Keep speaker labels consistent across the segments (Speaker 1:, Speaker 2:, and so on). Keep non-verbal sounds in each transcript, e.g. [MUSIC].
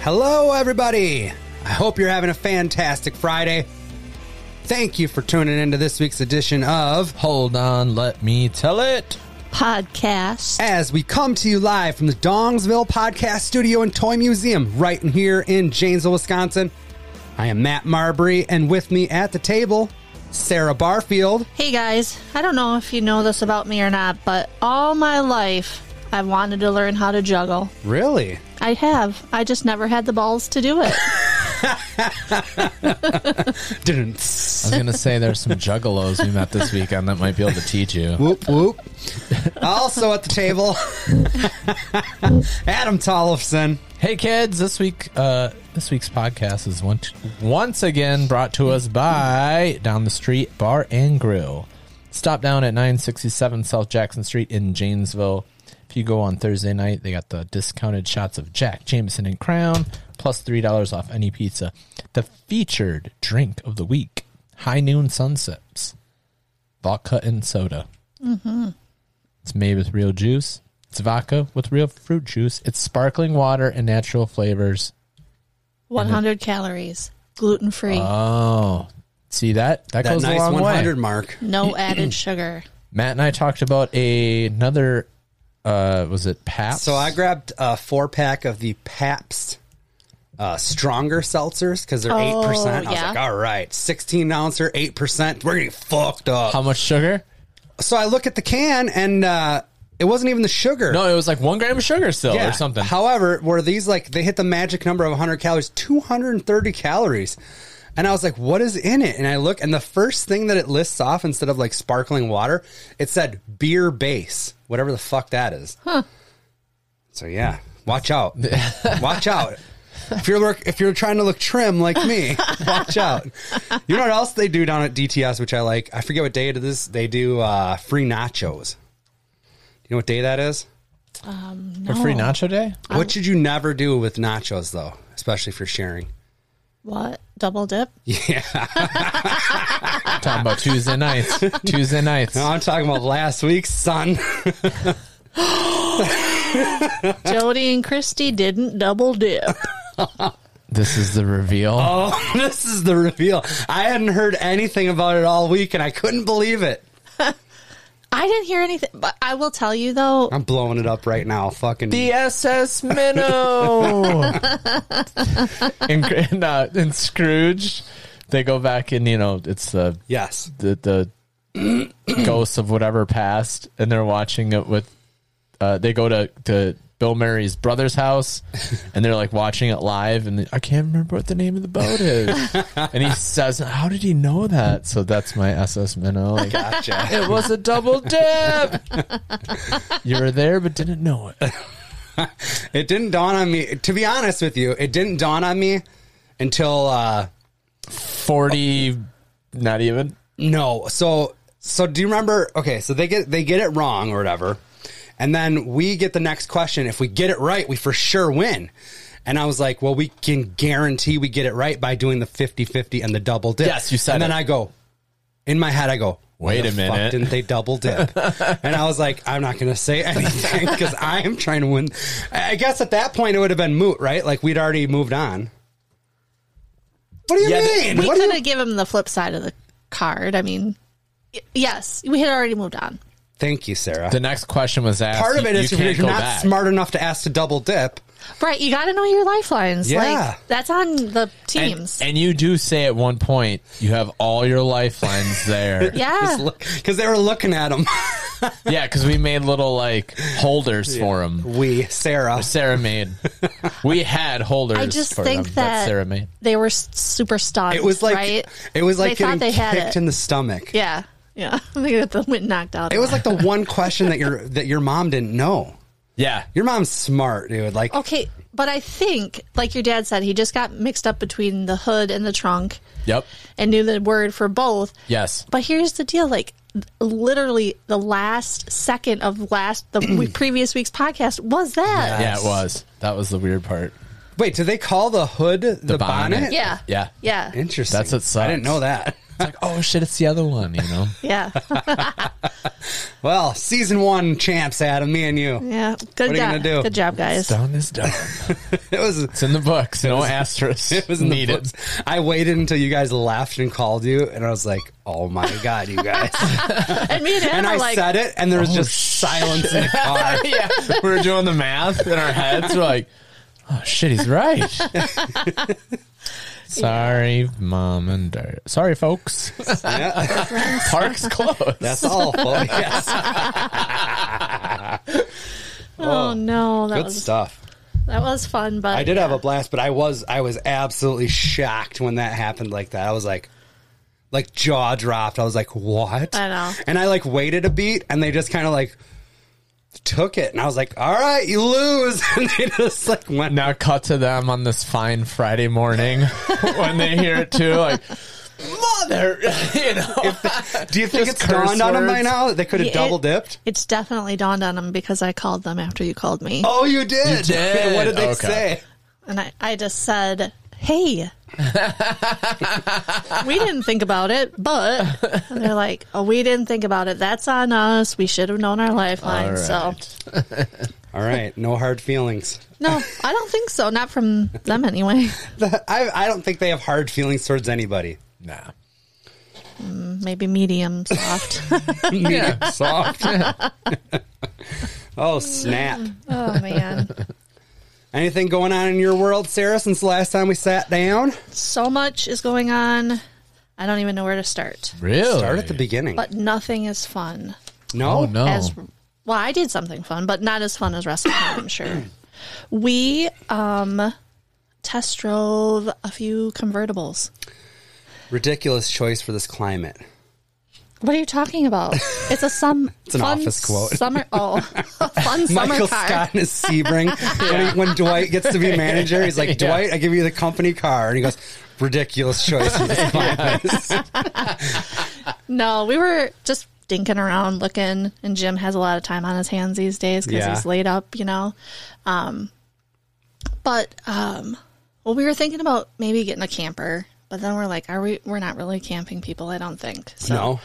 Speaker 1: Hello, everybody. I hope you're having a fantastic Friday. Thank you for tuning into this week's edition of
Speaker 2: Hold on, let me tell it.
Speaker 3: podcast.
Speaker 1: As we come to you live from the Dongsville Podcast Studio and Toy Museum, right in here in Janesville, Wisconsin. I am Matt Marbury, and with me at the table, Sarah Barfield.
Speaker 3: Hey guys, I don't know if you know this about me or not, but all my life I've wanted to learn how to juggle.
Speaker 1: Really? [LAUGHS]
Speaker 3: I have. I just never had the balls to do it.
Speaker 1: Didn't.
Speaker 2: I was gonna say there's some juggalos we met this weekend that might be able to teach you.
Speaker 1: Whoop, whoop. also at the table, [LAUGHS] Adam Tollefson.
Speaker 2: Hey kids, this week uh, this week's podcast is once once again brought to us by Down the Street Bar and Grill. Stop down at 967 South Jackson Street in Janesville. If you go on Thursday night, they got the discounted shots of Jack, Jameson, and Crown, plus three dollars off any pizza. The featured drink of the week: High Noon Sunsips, vodka and soda. It's made with real juice. It's vodka with real fruit juice. It's sparkling water and natural flavors.
Speaker 3: 100 calories, gluten free,
Speaker 1: Uh,
Speaker 2: Oh, see that? That,
Speaker 1: That
Speaker 2: goes
Speaker 1: nice
Speaker 2: a long
Speaker 1: 100
Speaker 2: way.
Speaker 1: mark. [CLEARS THROAT]
Speaker 3: no added sugar.
Speaker 2: Matt and I talked about a, another. Uh, was it Pabst?
Speaker 1: So I grabbed a four pack of the Pabst uh, stronger seltzers because they're eight
Speaker 3: Oh,
Speaker 1: percent. I was
Speaker 3: yeah.
Speaker 1: like, all right, sixteen ouncer, eight percent. We're gonna get fucked up.
Speaker 2: How much sugar?
Speaker 1: so I look at the can and uh, it wasn't even the sugar.
Speaker 2: No, it was like one gram of sugar still
Speaker 1: Yeah.
Speaker 2: or something.
Speaker 1: However, were these like they hit the magic number of 100 calories, 230 calories. And I was like, what is in it? And I look, and the first thing that it lists off instead of like sparkling water, it said beer base, whatever the fuck that is. So yeah, watch
Speaker 2: [LAUGHS]
Speaker 1: out. watch out. If you're look, if you're trying to look trim like
Speaker 2: [LAUGHS]
Speaker 1: me, watch out. You know what else they do down at DTS, which I like. I forget what day it is. They do uh, free nachos. You know what day that is?
Speaker 2: For
Speaker 3: Oh.
Speaker 2: free nacho day?
Speaker 1: What should you never do with nachos, though, especially if you're sharing?
Speaker 3: What? Double dip?
Speaker 2: talking about
Speaker 1: [LAUGHS]
Speaker 2: Tuesday nights. Tuesday nights.
Speaker 1: No, I'm talking about last week's son. [LAUGHS]
Speaker 3: Jody and Christy didn't double dip.
Speaker 2: This is the reveal.
Speaker 1: oh, this is the reveal. I hadn't heard anything about it all week, and I couldn't believe it.
Speaker 3: I didn't hear anything, but I will tell you though,
Speaker 1: I'm blowing it up right now. Fucking
Speaker 2: The SS [LAUGHS] Minnow. and, and, uh, and Scrooge, they go back and you know it's the
Speaker 1: yes,
Speaker 2: the, the ghosts of whatever past, and they're watching it with. Uh, they go to to Bill Murray's
Speaker 1: [LAUGHS]
Speaker 2: brother's house, and they're like watching it live, and I can't remember what the name of the
Speaker 1: [LAUGHS]
Speaker 2: boat is. and he says, "How did he know that?" So that's my
Speaker 1: [LAUGHS]
Speaker 2: SS Minnow. Like,
Speaker 1: gotcha.
Speaker 2: it was a double dip. [LAUGHS] you were there, but didn't know it.
Speaker 1: it didn't dawn on me. To be honest with you, it didn't dawn on me until uh,
Speaker 2: 40 not even
Speaker 1: No. So so do you remember okay, so they get they get it wrong or whatever. And then we get the next question. If we get it right, we for sure win. And I was like, well, we can guarantee we get it right by doing the 50-50 and the double dip.
Speaker 2: Yes, you said
Speaker 1: And then
Speaker 2: it.
Speaker 1: I go, in my head, I go, why
Speaker 2: Wait a
Speaker 1: the
Speaker 2: minute.
Speaker 1: fuck didn't they double
Speaker 2: [LAUGHS]
Speaker 1: dip? and I was like, I'm not going to say anything because I am trying to win. I I guess at that point it would have been moot, right? Like we'd already moved on. What do you
Speaker 2: Yeah, but
Speaker 1: mean?
Speaker 3: we
Speaker 1: What do you
Speaker 3: could have given them the flip side of the card. I mean, y- yes, we had already moved on.
Speaker 1: Thank you, Sarah.
Speaker 2: the next question was asked
Speaker 1: part of it
Speaker 2: you-
Speaker 1: is
Speaker 2: you
Speaker 1: if you're
Speaker 2: can't go
Speaker 1: not
Speaker 2: back.
Speaker 1: smart enough to ask to double dip.
Speaker 3: Right, you got to know your lifelines.
Speaker 1: Yeah.
Speaker 3: Like that's on the
Speaker 2: And-
Speaker 3: teams.
Speaker 2: and, you do say at one point you have all your lifelines
Speaker 1: [LAUGHS]
Speaker 2: there
Speaker 3: yeah.
Speaker 1: Because they were looking at him. [LAUGHS]
Speaker 2: yeah because we made little like holders for 'em. for them
Speaker 1: we, Sarah.
Speaker 2: sarah made we had holders
Speaker 3: I just
Speaker 2: for
Speaker 3: think
Speaker 2: them
Speaker 3: that
Speaker 2: sarah made
Speaker 3: They were s- super stunned.
Speaker 1: It was like
Speaker 3: right?
Speaker 1: it was like
Speaker 3: They
Speaker 1: getting
Speaker 3: thought they had
Speaker 1: kicked
Speaker 3: it.
Speaker 1: in the stomach.
Speaker 3: yeah, yeah. [LAUGHS] they got the wind knocked out.
Speaker 1: It was like the one question that your that your mom didn't know.
Speaker 2: yeah
Speaker 1: Your mom's smart, dude. Like
Speaker 3: okay, but I think, like your dad said, he just got mixed up between the hood and the trunk,
Speaker 2: yep
Speaker 3: and knew the word for both.
Speaker 2: yes
Speaker 3: But here's the deal: like literally, the last second of last the [CLEARS THROAT] week, previous week's podcast was that.
Speaker 2: yeah it was that was the weird part
Speaker 1: wait, do they call the hood the, bonnet?
Speaker 2: bonnet.
Speaker 3: Yeah.
Speaker 2: Yeah.
Speaker 3: Yeah.
Speaker 1: Interesting.
Speaker 2: That's what sucks.
Speaker 1: I didn't know that. [LAUGHS]
Speaker 2: like, oh shit, it's the other one, you know?
Speaker 3: Yeah.
Speaker 1: Well, season one champs, Adam, me and you.
Speaker 3: Yeah.
Speaker 1: What
Speaker 3: Good
Speaker 1: are you
Speaker 3: job.
Speaker 1: gonna do?
Speaker 3: Good job, guys.
Speaker 2: Done is done.
Speaker 1: It was
Speaker 2: It's in the books. No asterisk.
Speaker 1: [LAUGHS] it was in the
Speaker 2: needed.
Speaker 1: books. I waited until you guys left and called you, and I was like, "Oh my god, you
Speaker 2: [LAUGHS]
Speaker 1: guys!"
Speaker 3: And me and Adam
Speaker 1: and
Speaker 3: are
Speaker 1: I
Speaker 3: like,
Speaker 1: said it, and there was
Speaker 2: "Oh,
Speaker 1: just silence in the car.
Speaker 2: [LAUGHS] yeah, we were doing the math in our heads. We're like, oh shit, he's right.
Speaker 3: [LAUGHS]
Speaker 2: Sorry, mom and dad. Sorry, folks.
Speaker 1: Yeah,
Speaker 2: [LAUGHS] Park's closed.
Speaker 1: that's awful. Yes,
Speaker 3: oh no, that
Speaker 1: good
Speaker 3: was
Speaker 1: stuff.
Speaker 3: that was fun, but
Speaker 1: I did have a blast, but I was I was absolutely shocked when that happened like that. I was like like jaw dropped. I was like, "What?"
Speaker 3: I know.
Speaker 1: And I like waited a beat and they just kind of like took it and I was like, "All right, you lose." [LAUGHS] and they just like went
Speaker 2: Now cut to them on this fine Friday morning [LAUGHS] when they hear it too, like mother, [LAUGHS] you know.
Speaker 1: [LAUGHS] Do you think
Speaker 2: Just
Speaker 1: it's dawned
Speaker 2: curse
Speaker 1: on them by
Speaker 2: words.
Speaker 1: now that they could have
Speaker 3: It-
Speaker 1: double dipped?
Speaker 3: It's definitely dawned on them because I called them after you called me,
Speaker 1: Oh, you did. [LAUGHS]
Speaker 2: did.
Speaker 1: what did they
Speaker 2: Okay.
Speaker 1: say?
Speaker 3: and I, I just said,
Speaker 1: [LAUGHS]
Speaker 3: "Hey." we didn't think about it, but and they're like, "Oh, we didn't think about it. That's on us. We should have known our lifeline." So,
Speaker 1: All right, no hard feelings.
Speaker 3: no, I don't think so. Not from them anyway.
Speaker 1: [LAUGHS] I, I don't think they have hard feelings towards
Speaker 3: [LAUGHS]
Speaker 1: anybody.
Speaker 2: [LAUGHS] Nah.
Speaker 3: Maybe medium
Speaker 1: [LAUGHS]
Speaker 3: soft.
Speaker 1: Medium
Speaker 3: [LAUGHS]
Speaker 1: soft. oh snap!
Speaker 3: oh man.
Speaker 1: Anything going on in your world, Sarah, since the last time we sat down?
Speaker 3: so much is going on. I don't even know where to start.
Speaker 2: Really?
Speaker 1: Start at the beginning.
Speaker 3: But nothing is fun.
Speaker 1: no?
Speaker 2: Oh no.
Speaker 3: As well, I did something fun, but not as fun as wrestling.
Speaker 1: [COUGHS]
Speaker 3: I'm sure. We um, test drove a few convertibles.
Speaker 1: Ridiculous choice for this climate.
Speaker 3: What are you talking about? It's a some.
Speaker 1: [LAUGHS] It's an office quote.
Speaker 3: Summer. Oh, [LAUGHS] a fun summer
Speaker 1: [LAUGHS] Michael
Speaker 3: car.
Speaker 1: Scott and his Sebring.
Speaker 3: [LAUGHS]
Speaker 1: when, he- when Dwight gets to be manager, he's like, Dwight, I give you the company car. And he goes, ridiculous choice
Speaker 3: [LAUGHS]
Speaker 1: for this climate.
Speaker 3: No, we were just dinking around looking, and Jim has a lot of time on his hands these days because
Speaker 1: Yeah.
Speaker 3: he's laid up, you know. Um, but um, well, we were thinking about maybe getting a camper, but then we're like, are we? We're not really camping people, I don't think. So
Speaker 1: No.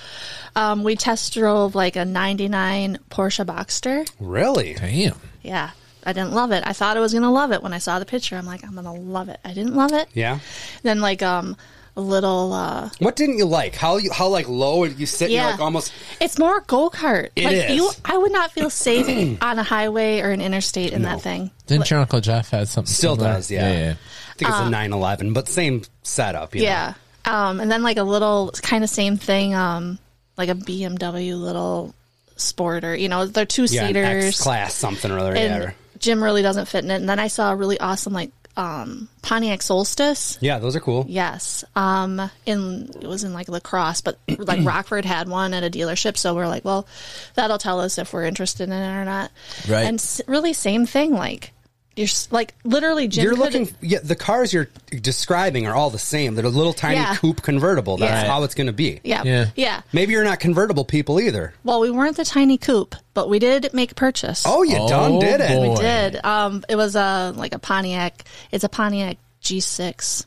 Speaker 3: um, we test drove like a '99 Porsche Boxster.
Speaker 1: Really?
Speaker 2: Damn.
Speaker 3: Yeah. I didn't love it. I thought I was gonna love it when I saw the picture. I'm like, I'm gonna love it. I didn't love it.
Speaker 1: Yeah.
Speaker 3: Then like um a little uh
Speaker 1: What didn't you like? How you how like low you sit? And
Speaker 3: Yeah.
Speaker 1: you're like almost.
Speaker 3: It's more go kart.
Speaker 1: It
Speaker 3: like
Speaker 1: is.
Speaker 3: you I would not
Speaker 1: [CLEARS THROAT]
Speaker 3: feel safe on a highway or an interstate in that thing.
Speaker 2: Didn't your Uncle Jeff had something?
Speaker 1: Still
Speaker 2: similar?
Speaker 1: does, yeah. I think it's a nine eleven, but same setup. You
Speaker 3: Um, Yeah. Um and then like a little kind of same thing, um like a BMW little sporter, you know, they're two
Speaker 1: Know? Yeah.
Speaker 3: seaters.
Speaker 1: X class something or other.
Speaker 3: and
Speaker 1: yeah.
Speaker 3: Jim really doesn't fit in it. And then I saw a really awesome like um Pontiac Solstice.
Speaker 1: Yeah. Those are cool.
Speaker 3: Yes. Um in it was in like lacrosse, but
Speaker 1: [CLEARS THROAT]
Speaker 3: like Rockford had one at a dealership, so we're like, well, that'll tell us if we're interested in it or not.
Speaker 2: Right.
Speaker 3: And s- really same thing like you're s- like literally Jim
Speaker 1: You're
Speaker 3: could-
Speaker 1: looking. Yeah, the cars you're describing are all the same. They're a little tiny
Speaker 3: Yeah.
Speaker 1: coupe convertible. That's
Speaker 2: Yeah.
Speaker 1: how it's going to be.
Speaker 3: yeah,
Speaker 2: Yeah.
Speaker 3: yeah.
Speaker 1: Maybe you're not convertible people either.
Speaker 3: Well, we weren't the tiny coupe, but we did make a purchase.
Speaker 1: Oh, you
Speaker 2: Oh,
Speaker 1: done did it.
Speaker 2: boy.
Speaker 3: we did. Um it was a like a Pontiac. It's a Pontiac G6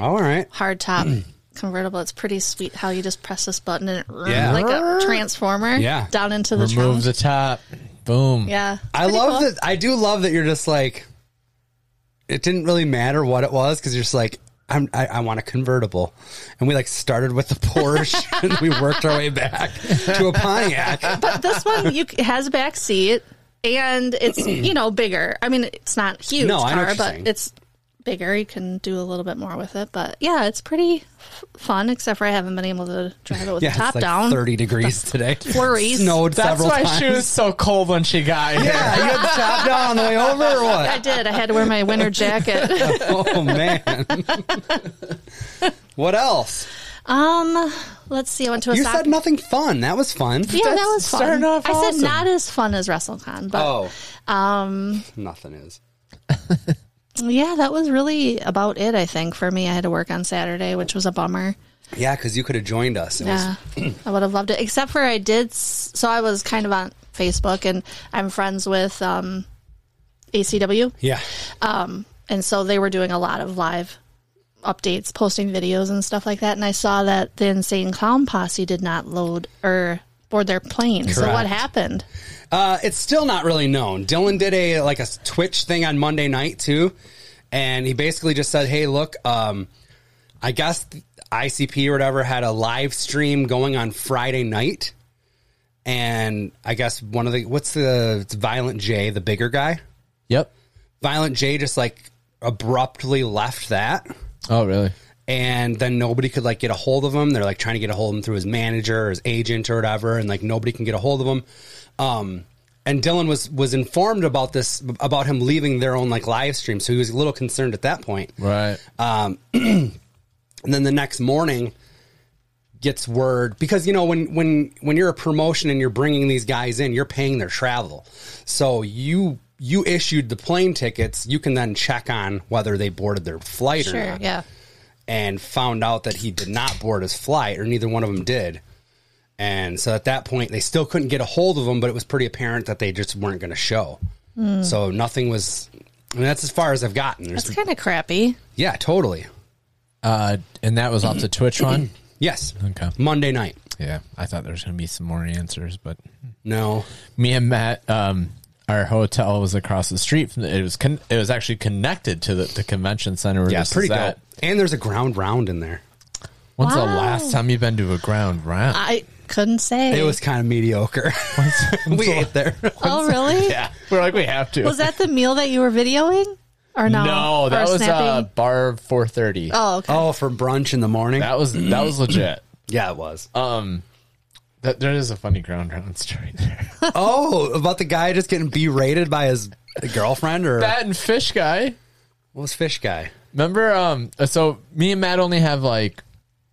Speaker 1: All right. Mm.
Speaker 3: hardtop. Convertible. It's pretty sweet how you just press this button and it
Speaker 1: Yeah.
Speaker 3: like a transformer
Speaker 1: Yeah.
Speaker 3: down into the trunk.
Speaker 2: Remove the top. Boom. [LAUGHS]
Speaker 3: Yeah.
Speaker 1: I
Speaker 3: Pretty
Speaker 1: love
Speaker 3: cool.
Speaker 1: that. I do love that you're just like. It didn't really matter what it was because you're just like. I'm, I, I want a convertible, and we like started with the
Speaker 3: [LAUGHS]
Speaker 1: Porsche, and we worked our way back to a Pontiac.
Speaker 3: this one you it has a back seat and it's you know bigger i mean it's not a huge
Speaker 1: No, I know what
Speaker 3: car
Speaker 1: you're
Speaker 3: but
Speaker 1: saying.
Speaker 3: it's bigger you can do a little bit more with it but yeah it's pretty f- fun except for i haven't been able to drive it with
Speaker 1: Yeah,
Speaker 3: the top
Speaker 1: it's like
Speaker 3: down
Speaker 1: 30
Speaker 3: [LAUGHS]
Speaker 1: degrees today.
Speaker 3: Flurries.
Speaker 1: Snowed
Speaker 2: That's
Speaker 1: several
Speaker 2: why
Speaker 1: times.
Speaker 2: she was so cold when she got here.
Speaker 1: Yeah, you had the top down on the way over or
Speaker 3: i
Speaker 1: what?
Speaker 3: did i had to wear my
Speaker 1: [LAUGHS]
Speaker 3: winter jacket
Speaker 1: Oh, man. Oh, [LAUGHS] what else?
Speaker 3: um let's see i went to a
Speaker 1: You
Speaker 3: soccer
Speaker 1: said nothing fun. That was fun.
Speaker 3: yeah that
Speaker 2: That's
Speaker 3: was fun
Speaker 2: starting off
Speaker 3: i said
Speaker 2: awesome.
Speaker 3: not as fun as wrestlecon but
Speaker 1: Oh. Um, nothing is.
Speaker 3: yeah that was really about it i think for me i had to work on saturday which was a bummer
Speaker 1: Yeah, because you could have joined us. It was-
Speaker 3: Yeah, I would have loved it. Except for I did. s- So I was kind of on Facebook, and I'm friends with um, ACW,
Speaker 1: yeah.
Speaker 3: um, and so they were doing a lot of live updates, posting videos and stuff like that. And I saw that the Insane Clown Posse did not load or board their plane. So what
Speaker 1: Correct.
Speaker 3: happened?
Speaker 1: Uh, it's still not really known. Dylan did a like a Twitch thing on Monday night too, and he basically just said, "Hey, look, um, I guess the ICP or whatever had a live stream going on Friday night, and I guess one of the what's the it's Violent J, the bigger guy,
Speaker 2: Yep.
Speaker 1: Violent J, just like abruptly left that."
Speaker 2: Oh, really?
Speaker 1: and then nobody could like get a hold of him. They're like trying to get a hold of him through his manager or his agent or whatever, and like nobody can get a hold of him. Um, and Dylan was was informed about this about him leaving their own like live stream, so he was a little concerned at that point.
Speaker 2: Right.
Speaker 1: And then the next morning gets word because you know when when when you're a promotion and you're bringing these guys in, you're paying their travel. So you you issued the plane tickets, you can then check on whether they boarded their flight or
Speaker 3: Sure,
Speaker 1: not
Speaker 3: yeah.
Speaker 1: and found out that he did not board his flight, or neither one of them did. And so at that point, they still couldn't get a hold of him, but it was pretty apparent that they just weren't going to show. So nothing was. I mean, that's as far as I've gotten. There's,
Speaker 3: That's kind of crappy.
Speaker 1: yeah, totally.
Speaker 2: uh, and that was off the Twitch one. [CLEARS THROAT]
Speaker 1: Yes.
Speaker 2: Okay.
Speaker 1: Monday night.
Speaker 2: Yeah, I thought there was going to be some more answers, but
Speaker 1: No.
Speaker 2: me and Matt, um, our hotel was across the street from the, it was con- it was actually connected to the, the convention center. Where
Speaker 1: Yeah,
Speaker 2: this is
Speaker 1: pretty
Speaker 2: at.
Speaker 1: dope. And there's a ground round in there.
Speaker 2: When's the
Speaker 3: Wow.
Speaker 2: last time you've been to a ground round?
Speaker 3: I couldn't say.
Speaker 1: It was kind of mediocre. [LAUGHS] we ate there.
Speaker 3: oh,
Speaker 2: [LAUGHS]
Speaker 3: really?
Speaker 2: yeah, we're like we have to.
Speaker 3: Was that the meal that you were videoing? Or no?
Speaker 2: no, that
Speaker 3: Or
Speaker 2: was uh,
Speaker 3: snapping?
Speaker 2: bar four thirty.
Speaker 3: Oh, okay.
Speaker 1: oh, for brunch in the morning.
Speaker 2: That Uh. was that
Speaker 1: [CLEARS THROAT]
Speaker 2: was legit.
Speaker 1: yeah, it was.
Speaker 2: That there is a funny ground round story
Speaker 1: [LAUGHS]
Speaker 2: there.
Speaker 1: oh, about the guy just getting berated by his girlfriend or
Speaker 2: that and fish guy.
Speaker 1: what was fish guy?
Speaker 2: Remember, um, so me and Matt only have like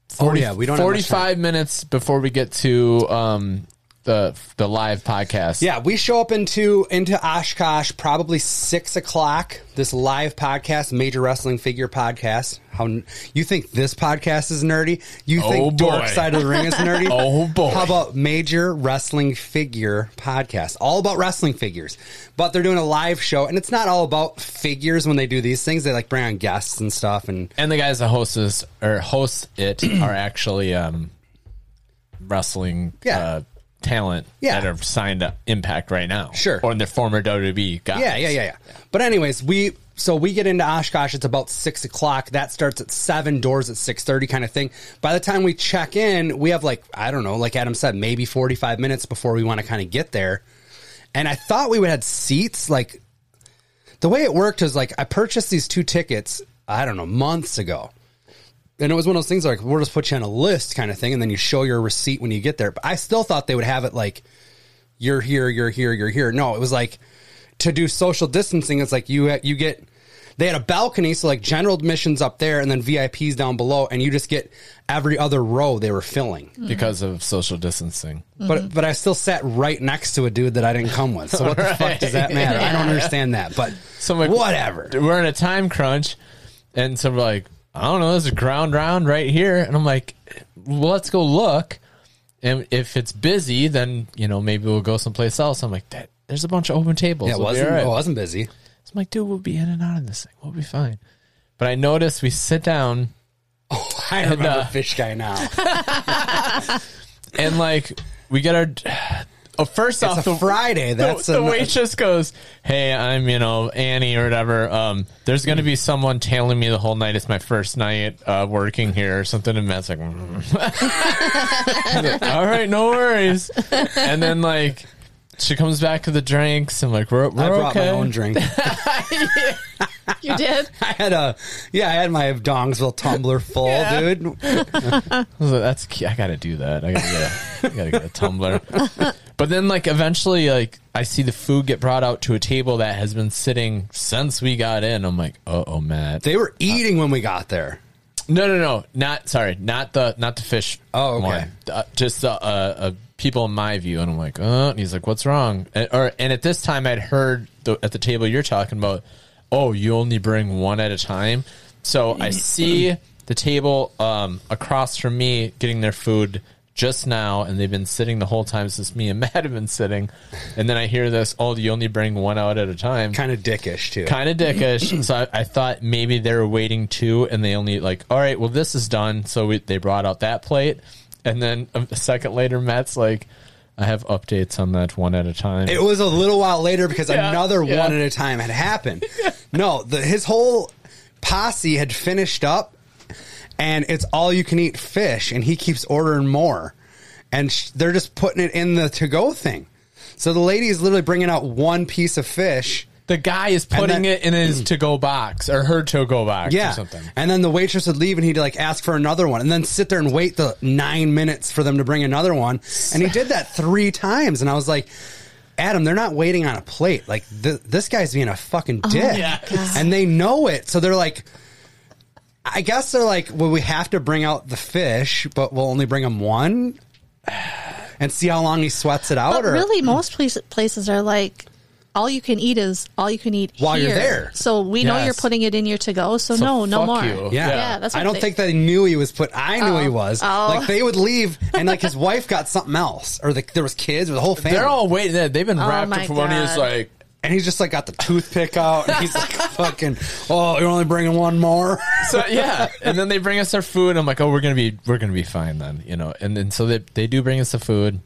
Speaker 2: 40,
Speaker 1: oh yeah, we don't. have much time.
Speaker 2: 45 minutes before we get to um, the the live podcast.
Speaker 1: Yeah, we show up into into Oshkosh probably six o'clock. This live podcast, major wrestling figure podcast. How n- you think this podcast is nerdy? You think
Speaker 2: Oh, boy.
Speaker 1: Dork Side of the
Speaker 2: [LAUGHS]
Speaker 1: Ring is nerdy?
Speaker 2: Oh, boy.
Speaker 1: How about major wrestling figure podcast? All about wrestling figures, but they're doing a live show, and it's not all about figures. When they do these things, they like bring on guests and stuff, and
Speaker 2: And the guys that host us or host
Speaker 1: [CLEARS THROAT]
Speaker 2: it are actually um, wrestling
Speaker 1: Yeah.
Speaker 2: uh, talent
Speaker 1: Yeah.
Speaker 2: that are signed to Impact right now.
Speaker 1: Sure.
Speaker 2: Or they're former WWE guys.
Speaker 1: Yeah, yeah, yeah, yeah. But anyways, we so we get into Oshkosh. It's about six o'clock. That starts at seven. Doors at six thirty, kind of thing. By the time we check in, we have like I don't know, like Adam said, maybe forty five minutes before we want to kind of get there. And I thought we would had seats. Like the way it worked is like I purchased these two tickets. I don't know months ago. And it was one of those things like we'll just put you on a list kind of thing, and then you show your receipt when you get there. But I still thought they would have it like you're here, you're here, you're here. No, it was like to do social distancing. It's like you you get they had a balcony, so like general admissions up there, and then VIPs down below, and you just get every other row they were filling.
Speaker 2: Because of social distancing.
Speaker 1: But but I still sat right next to a dude that I didn't come with. So what
Speaker 2: [LAUGHS]
Speaker 1: the fuck does that matter? I don't understand that. But
Speaker 2: So I'm like,
Speaker 1: whatever.
Speaker 2: We're in a time crunch, and so we're like, I don't know, there's a ground round right here, and I'm like, well, let's go look, and if it's busy, then you know maybe we'll go someplace else. I'm like, that there's a bunch of open tables.
Speaker 1: Yeah, it
Speaker 2: We'll be
Speaker 1: wasn't
Speaker 2: all right.
Speaker 1: it wasn't busy.
Speaker 2: So I'm like, dude, we'll be in and out of this thing. We'll be fine. But I noticed we sit down
Speaker 1: I remember
Speaker 2: uh,
Speaker 1: fish guy
Speaker 2: [LAUGHS]
Speaker 1: now.
Speaker 2: and like we get our. [SIGHS] Oh, first off,
Speaker 1: It's a
Speaker 2: the
Speaker 1: Friday. That's uh,
Speaker 2: the, the
Speaker 1: a,
Speaker 2: waitress goes, "Hey, I'm you know Annie or whatever. Um, there's gonna be someone tailing me the whole night. It's my first night uh, working here or something." And Matt's like, [LAUGHS] mm. "All right, no worries." And then like she comes back to the drinks and like we're, we're
Speaker 1: I brought
Speaker 2: okay.
Speaker 1: my own
Speaker 2: [LAUGHS]
Speaker 1: drink.
Speaker 2: uh,
Speaker 3: you did?
Speaker 1: I had a yeah, I had my Dongsville tumbler full, dude.
Speaker 2: I was like, That's key. I gotta do that. I gotta get a, I gotta get a tumbler. [LAUGHS] But then like eventually like I see the food get brought out to a table that has been sitting since we got in. I'm like, uh oh, Matt.
Speaker 1: They were eating when we got there.
Speaker 2: No, no, no, not sorry, not the not the fish.
Speaker 1: Oh, okay.
Speaker 2: one. Uh, just the uh, uh, people in my view, and I'm like, uh, and he's like, what's wrong? And, or and at this time, I'd heard the, at the table you're talking about. Oh, you only bring one at a time. So I see the table um, across from me getting their food just now, and they've been sitting the whole time since me and [LAUGHS] Matt have been sitting. And then I hear this, oh, you only bring one out at a time.
Speaker 1: Kind of dickish too.
Speaker 2: Kind of dickish. so I, I thought maybe they were waiting two, and they only like, all right, well, this is done. So we, they brought out that plate, and then a second later, Matt's like, I have updates on that one at a time.
Speaker 1: It was a little while later because
Speaker 2: Yeah,
Speaker 1: another
Speaker 2: yeah.
Speaker 1: one at a time had happened. No, the, his whole posse had finished up, and it's all you can eat fish, and he keeps ordering more, and sh- they're just putting it in the to go thing. So the lady is literally bringing out one piece of fish.
Speaker 2: the guy is putting
Speaker 1: then-
Speaker 2: it in his to go box or her to go box
Speaker 1: Mm. Yeah,
Speaker 2: or something.
Speaker 1: and then the waitress would leave, and he'd like ask for another one, and then sit there and wait the nine minutes for them to bring another one. And he did that three times, and I was like, Adam, they're not waiting on a plate. Like th- this guy's being a fucking
Speaker 3: Oh,
Speaker 1: dick,
Speaker 2: Yeah.
Speaker 3: God.
Speaker 1: and they know it. So they're like, I guess they're like, well, we have to bring out the fish, but we'll only bring him one, and see how long he sweats it out.
Speaker 3: But
Speaker 1: or
Speaker 3: really, most place, places are like, all you can eat is all you can eat
Speaker 1: While you're
Speaker 3: here.
Speaker 1: there.
Speaker 3: So we know
Speaker 2: Yes.
Speaker 3: you're putting it in your to go. So,
Speaker 2: So
Speaker 3: no, no
Speaker 2: fuck
Speaker 3: more.
Speaker 2: you.
Speaker 1: Yeah.
Speaker 3: Yeah, that's what
Speaker 1: I don't
Speaker 3: they-
Speaker 1: think they knew he was put. I knew he was.
Speaker 3: Oh.
Speaker 1: Like they would leave, and like
Speaker 3: [LAUGHS]
Speaker 1: his wife got something else, or the, there was kids, or the whole family.
Speaker 2: They're all waiting. They've been wrapped
Speaker 3: Oh my
Speaker 2: up for one. He's
Speaker 3: God.
Speaker 2: like,
Speaker 1: and he's just like got the toothpick out, and he's
Speaker 3: [LAUGHS]
Speaker 1: like fucking. Oh, you're only bringing one more.
Speaker 2: so yeah, and then they bring us our food. I'm like, oh, we're gonna be we're gonna be fine then, you know. And then so they they do bring us the food,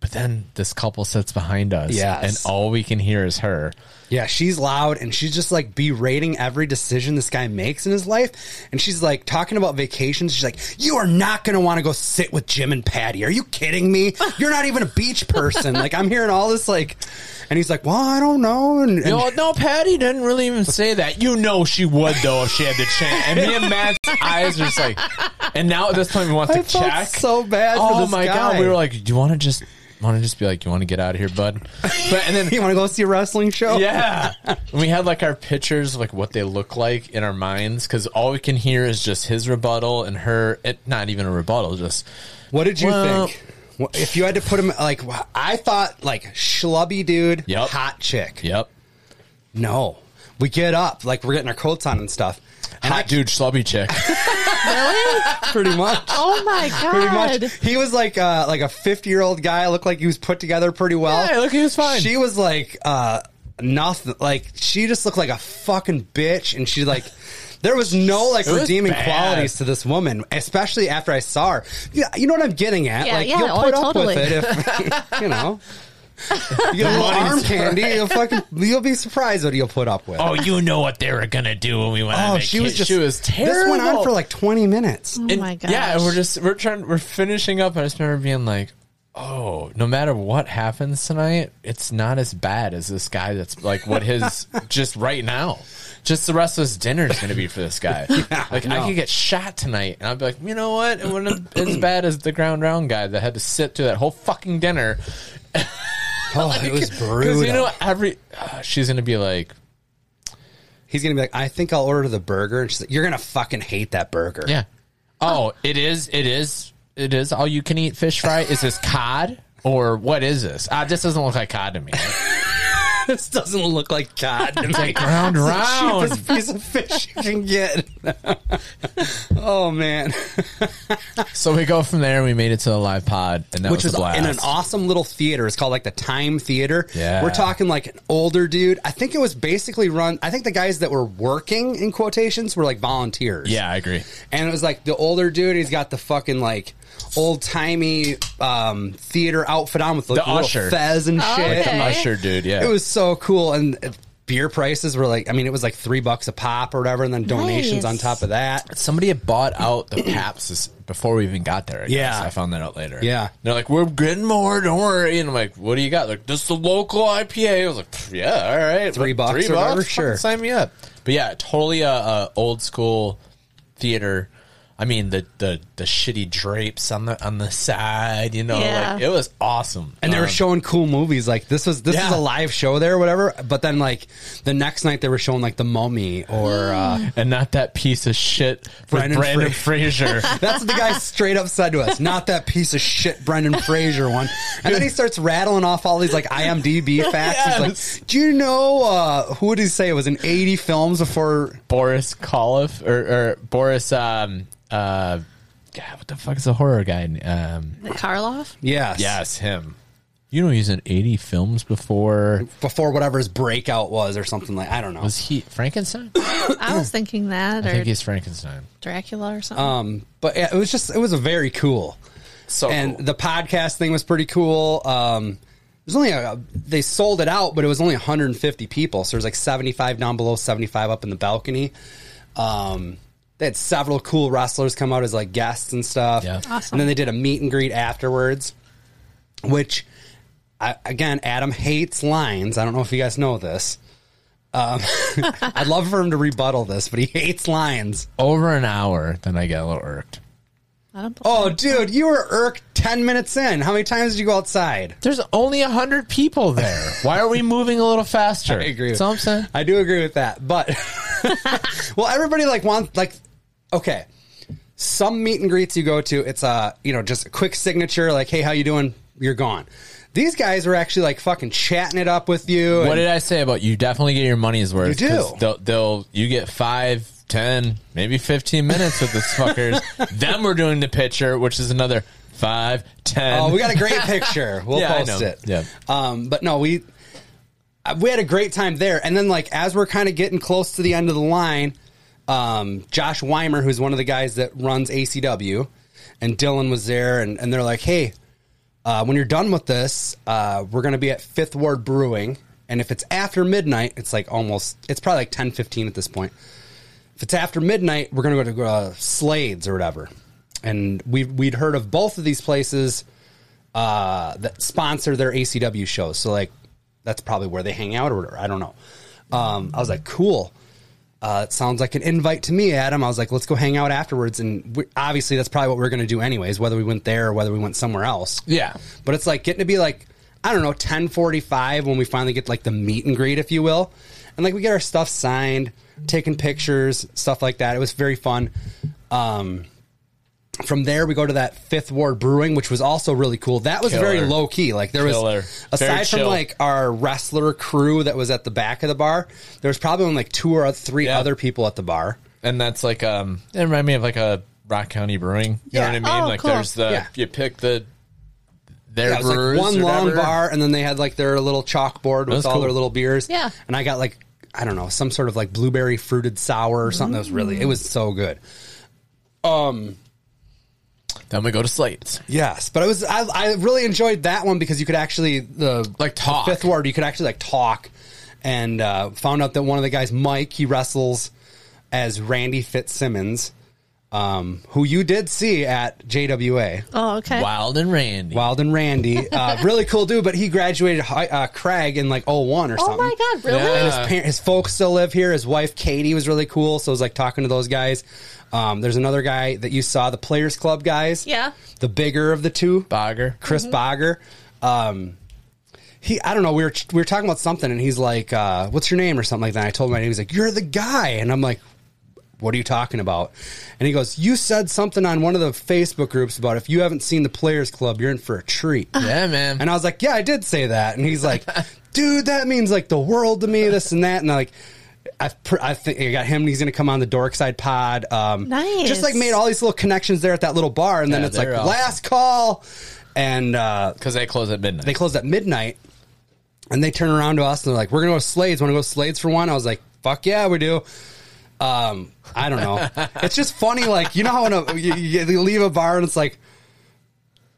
Speaker 2: but then this couple sits behind us,
Speaker 1: Yes.
Speaker 2: and all we can hear is her.
Speaker 1: yeah, she's loud, and she's just like berating every decision this guy makes in his life, and she's like talking about vacations. She's like, "You are not going to want to go sit with Jim and Patty. Are you kidding me? You're not even a beach person." like I'm hearing all this like, and he's like, "Well, I don't know," and, and [LAUGHS]
Speaker 2: No, no, Patty didn't really even say that. You know she would though if she had the chance. And me and
Speaker 1: [LAUGHS]
Speaker 2: Matt's eyes are just like, and now at this point we want to
Speaker 1: I felt
Speaker 2: check.
Speaker 1: so bad. for
Speaker 2: oh
Speaker 1: this
Speaker 2: my
Speaker 1: guy.
Speaker 2: god, we were like, do you want to just want to just be like, you want to get out of here,
Speaker 1: [LAUGHS]
Speaker 2: bud? But and then
Speaker 1: You want to go see a wrestling show?
Speaker 2: Yeah. And we had like our pictures of like what they look like in our minds because all we can hear is just his rebuttal and her, it, not even a rebuttal, just
Speaker 1: What did you
Speaker 2: Well-
Speaker 1: think? Wha- If you had to put him like, wha- I thought like schlubby dude,
Speaker 2: Yep.
Speaker 1: hot chick.
Speaker 2: yep.
Speaker 1: No, we get up like we're getting our coats on and stuff, and I
Speaker 2: Hot dude, schlubby chick.
Speaker 1: [LAUGHS] pretty much.
Speaker 3: [LAUGHS] Oh my
Speaker 1: [LAUGHS] Pretty much,
Speaker 3: God.
Speaker 1: he was like uh, like a fifty year old guy. Looked like he was put together pretty well.
Speaker 2: Yeah, look, he was fine.
Speaker 1: She was like uh, nothing. Like she just looked like a fucking bitch, and she [LAUGHS] like there was no like
Speaker 2: It was
Speaker 1: redeeming
Speaker 2: bad.
Speaker 1: qualities to this woman, especially after I saw her. Yeah, you know what I'm getting at?
Speaker 3: Yeah,
Speaker 1: like
Speaker 3: yeah,
Speaker 1: you'll
Speaker 3: oh,
Speaker 1: put up
Speaker 3: totally.
Speaker 1: with it
Speaker 3: [LAUGHS]
Speaker 1: if [LAUGHS] you know. You get a little [LAUGHS]
Speaker 2: money's
Speaker 1: arm candy, you'll fucking you'll be surprised what you'll put up with.
Speaker 2: oh, you know what they were going to do when we went
Speaker 1: Oh,
Speaker 2: on vacation. She was terrible.
Speaker 1: This went on for like twenty minutes.
Speaker 3: Oh my gosh.
Speaker 2: Yeah, and we're just, we're trying, we're finishing up. I just remember being like, oh, no matter what happens tonight, it's not as bad as this guy that's like what
Speaker 3: [LAUGHS]
Speaker 2: his, just right now. Just the rest of his dinner is going to be for this
Speaker 3: [LAUGHS]
Speaker 2: guy. like,
Speaker 1: no.
Speaker 2: I could get shot tonight. And I'd be like, you know what? It wouldn't have been as bad as the ground round guy that had to sit through that whole fucking dinner.
Speaker 1: Oh, it was brutal.
Speaker 2: Because, you know, every, uh, she's going to be like,
Speaker 1: He's gonna be like, I think I'll order the burger, and she's like, You're gonna fucking hate that burger.
Speaker 2: Yeah. Oh, it is. It is. It is all you can eat fish fry. Is this cod or what is this? Uh, this doesn't look like
Speaker 1: [LAUGHS]
Speaker 2: cod to me.
Speaker 1: [LAUGHS] this doesn't look like cod to me. It's
Speaker 2: Round round.
Speaker 1: the cheapest piece of fish you can get. [LAUGHS] oh man,
Speaker 2: So we go from there. We made it to the live pod, and that
Speaker 1: which
Speaker 2: was
Speaker 1: was
Speaker 2: a blast.
Speaker 1: in an awesome little theater. It's called like the Time Theater.
Speaker 2: Yeah.
Speaker 1: we're talking like an older dude. I think it was basically run. I think the guys that were working in quotations were like volunteers.
Speaker 2: yeah, I agree.
Speaker 1: and it was like the older dude. He's got the fucking like old timey um, theater outfit on with like,
Speaker 2: The
Speaker 1: the
Speaker 2: usher.
Speaker 1: little fez and shit.
Speaker 3: okay.
Speaker 2: The
Speaker 3: Eh?
Speaker 2: usher dude. Yeah.
Speaker 1: It was so cool. And uh, beer prices were like, I mean, it was like three bucks a pop or whatever, and then donations
Speaker 3: Nice.
Speaker 1: on top of that.
Speaker 2: Somebody had bought out the Paps this- before we even got there. I guess.
Speaker 1: Yeah.
Speaker 2: I found that out later.
Speaker 1: Yeah.
Speaker 2: And they're like, "We're getting more, don't worry." And I'm like, "What do you got?" Like, this is the local IPA. I was like, "Pff, "Yeah, all right,
Speaker 1: Three bucks or whatever,
Speaker 2: Fucking
Speaker 1: sure.
Speaker 2: sign me up." But yeah, totally a, a old school theater. I mean, the, the the shitty drapes on the on the side, you know,
Speaker 3: Yeah.
Speaker 2: like it was awesome.
Speaker 1: And they were
Speaker 2: Um,
Speaker 1: showing cool movies. Like this was this
Speaker 2: Yeah.
Speaker 1: is a live show there, or whatever. But then like the next night they were showing like the Mummy or
Speaker 2: [GASPS]
Speaker 1: uh,
Speaker 2: and not that piece of shit with Brandon,
Speaker 1: Brandon [LAUGHS]
Speaker 2: Fraser.
Speaker 1: that's what the guy straight up said to us. Not that piece of shit Brendan
Speaker 2: [LAUGHS]
Speaker 1: Fraser one. And then he starts rattling off all these like
Speaker 2: [LAUGHS]
Speaker 1: IMDb facts.
Speaker 2: Yes.
Speaker 1: He's like, "Do you know uh, who did he say it was in eighty films before?"
Speaker 2: Boris Koloff or, or Boris um uh God, what the fuck is the horror guy? Um,
Speaker 3: Karloff?
Speaker 1: Yes.
Speaker 2: yes, him. You know he's in eighty films before.
Speaker 1: Before whatever his breakout was or something like I don't know.
Speaker 2: Was he Frankenstein?
Speaker 3: I
Speaker 1: [CLEARS THROAT]
Speaker 3: was thinking that
Speaker 2: I
Speaker 3: or
Speaker 2: think he's Frankenstein.
Speaker 3: Dracula or something.
Speaker 1: Um, but yeah, it was just it was a very cool.
Speaker 2: So
Speaker 1: and the podcast thing was pretty cool. Um, it was only a, they sold it out, but it was only 150 people. So there's like 75 down below, 75 up in the balcony. Um, they had several cool wrestlers come out as like guests and stuff.
Speaker 2: Yeah.
Speaker 3: Awesome.
Speaker 1: And then they did a meet and greet afterwards, which I, again, Adam hates lines. I don't know if you guys know this. Um, [LAUGHS] I'd love for him to rebuttal this, but he hates lines.
Speaker 2: over an hour, then I get a little irked.
Speaker 3: I don't believe
Speaker 1: Oh, dude, you were irked 10 minutes in. How many times did you go outside?
Speaker 2: There's only hundred people there. Why are we moving a little faster?
Speaker 1: I agree. With,
Speaker 2: That's all I'm saying.
Speaker 1: I do agree with that. But [LAUGHS] well, everybody like wants like okay. Some meet and greets you go to, it's uh, you know just a quick signature like hey how you doing you're gone. These guys were actually like fucking chatting it up with you.
Speaker 2: What
Speaker 1: and-
Speaker 2: did I say about you? Definitely get your money's worth.
Speaker 1: You do.
Speaker 2: 'cause They'll, they'll you get five, ten, maybe fifteen minutes with this
Speaker 1: [LAUGHS]
Speaker 2: fuckers. then we're doing the picture, which is another five, ten.
Speaker 1: Oh, we got a great
Speaker 2: [LAUGHS]
Speaker 1: picture. We'll
Speaker 2: Yeah, I
Speaker 1: post
Speaker 2: know.
Speaker 1: it.
Speaker 2: Yeah.
Speaker 1: Um, but no, we uh, we had a great time there. And then like as we're kind of getting close to the end of the line, um, Josh Weimer, who's one of the guys that runs ACW, and Dylan was there, and, and they're like, hey. Uh, when you're done with this, uh, we're going to be at Fifth Ward Brewing. And if it's after midnight, it's like almost, it's probably like ten fifteen at this point. If it's after midnight, we're going to go to uh, Slade's or whatever. And we, we'd heard of both of these places uh, that sponsor their ACW shows. So, like, that's probably where they hang out or whatever. I don't know. Um, I was like, cool. Uh, it sounds like an invite to me, Adam. I was like, let's go hang out afterwards. And we, obviously, that's probably what we we're going to do, anyways, whether we went there or whether we went somewhere else
Speaker 2: yeah.
Speaker 1: but it's like getting to be like i don't know 1045 when we finally get like the meet and greet if you will and like we get our stuff signed taking pictures stuff like that it was very fun um from there we go to that fifth ward brewing which was also really cool that was very
Speaker 2: Killer.
Speaker 1: low key like there
Speaker 2: Killer.
Speaker 1: was
Speaker 2: Very
Speaker 1: aside from
Speaker 2: chill.
Speaker 1: like our wrestler crew that was at the back of the bar there was probably only like two or three
Speaker 2: Yeah.
Speaker 1: other people at the bar
Speaker 2: And that's like um, it reminded me of like a Rock County Brewing. You
Speaker 1: Yeah.
Speaker 2: know what I mean?
Speaker 3: Oh,
Speaker 2: like
Speaker 3: cool.
Speaker 2: there's the
Speaker 1: Yeah.
Speaker 2: you pick the their
Speaker 1: Yeah, it was
Speaker 2: brewers
Speaker 1: like one
Speaker 2: or
Speaker 1: long
Speaker 2: whatever.
Speaker 1: bar, and then they had like their little chalkboard with
Speaker 2: was
Speaker 1: all
Speaker 2: cool.
Speaker 1: their little beers.
Speaker 3: Yeah.
Speaker 1: and I got like I don't know some sort of like blueberry fruited sour or something. That was really it was so good.
Speaker 2: Then we go to Slates.
Speaker 1: Yes, but it was I, I really enjoyed that one because you could actually the
Speaker 2: Like talk.
Speaker 1: the fifth ward you could actually like talk and uh, found out that one of the guys Mike he wrestles as Randy Fitzsimmons, um, who you did see at JWA.
Speaker 3: Oh, okay.
Speaker 2: Wild and Randy.
Speaker 1: Wild and Randy,
Speaker 3: [LAUGHS]
Speaker 1: uh, really cool dude, but he graduated hi- uh, Craig in like 01 or something.
Speaker 3: Oh my god, really?
Speaker 2: Yeah.
Speaker 1: his, par- his folks still live here. His wife Katie was really cool, so it was like talking to those guys. Um, there's another guy that you saw, the Players Club guys.
Speaker 3: Yeah.
Speaker 1: the bigger of the two,
Speaker 2: Bogger.
Speaker 1: Chris Bogger. Um, he, I don't know. We were we were talking about something, and he's like, uh, "What's your name?" or something like that. I told him my name. He's like, "You're the guy," and I'm like. What are you talking about? And he goes, You said something on one of the Facebook groups about if you haven't seen the Players Club, you're in for a treat.
Speaker 2: Yeah, man.
Speaker 1: [LAUGHS] And I was like, yeah, I did say that. And he's like, dude, that means like the world to me, this and that. And like, I, pr- I think I got him. and He's going to come on the Dorkside Pod. Um,
Speaker 3: Nice.
Speaker 1: Just like made all these little connections there at that little bar, and then
Speaker 2: Yeah,
Speaker 1: it's like
Speaker 2: they're awesome.
Speaker 1: last call, and uh,
Speaker 2: Because they close at midnight.
Speaker 1: they close at midnight. And they turn around to us and they're like, "We're gonna go to Slade's. Want to go to Slade's for one?" I was like, "Fuck yeah, we do." Um, I don't know. it's just funny, like you know how when a, you, you you leave a bar and it's like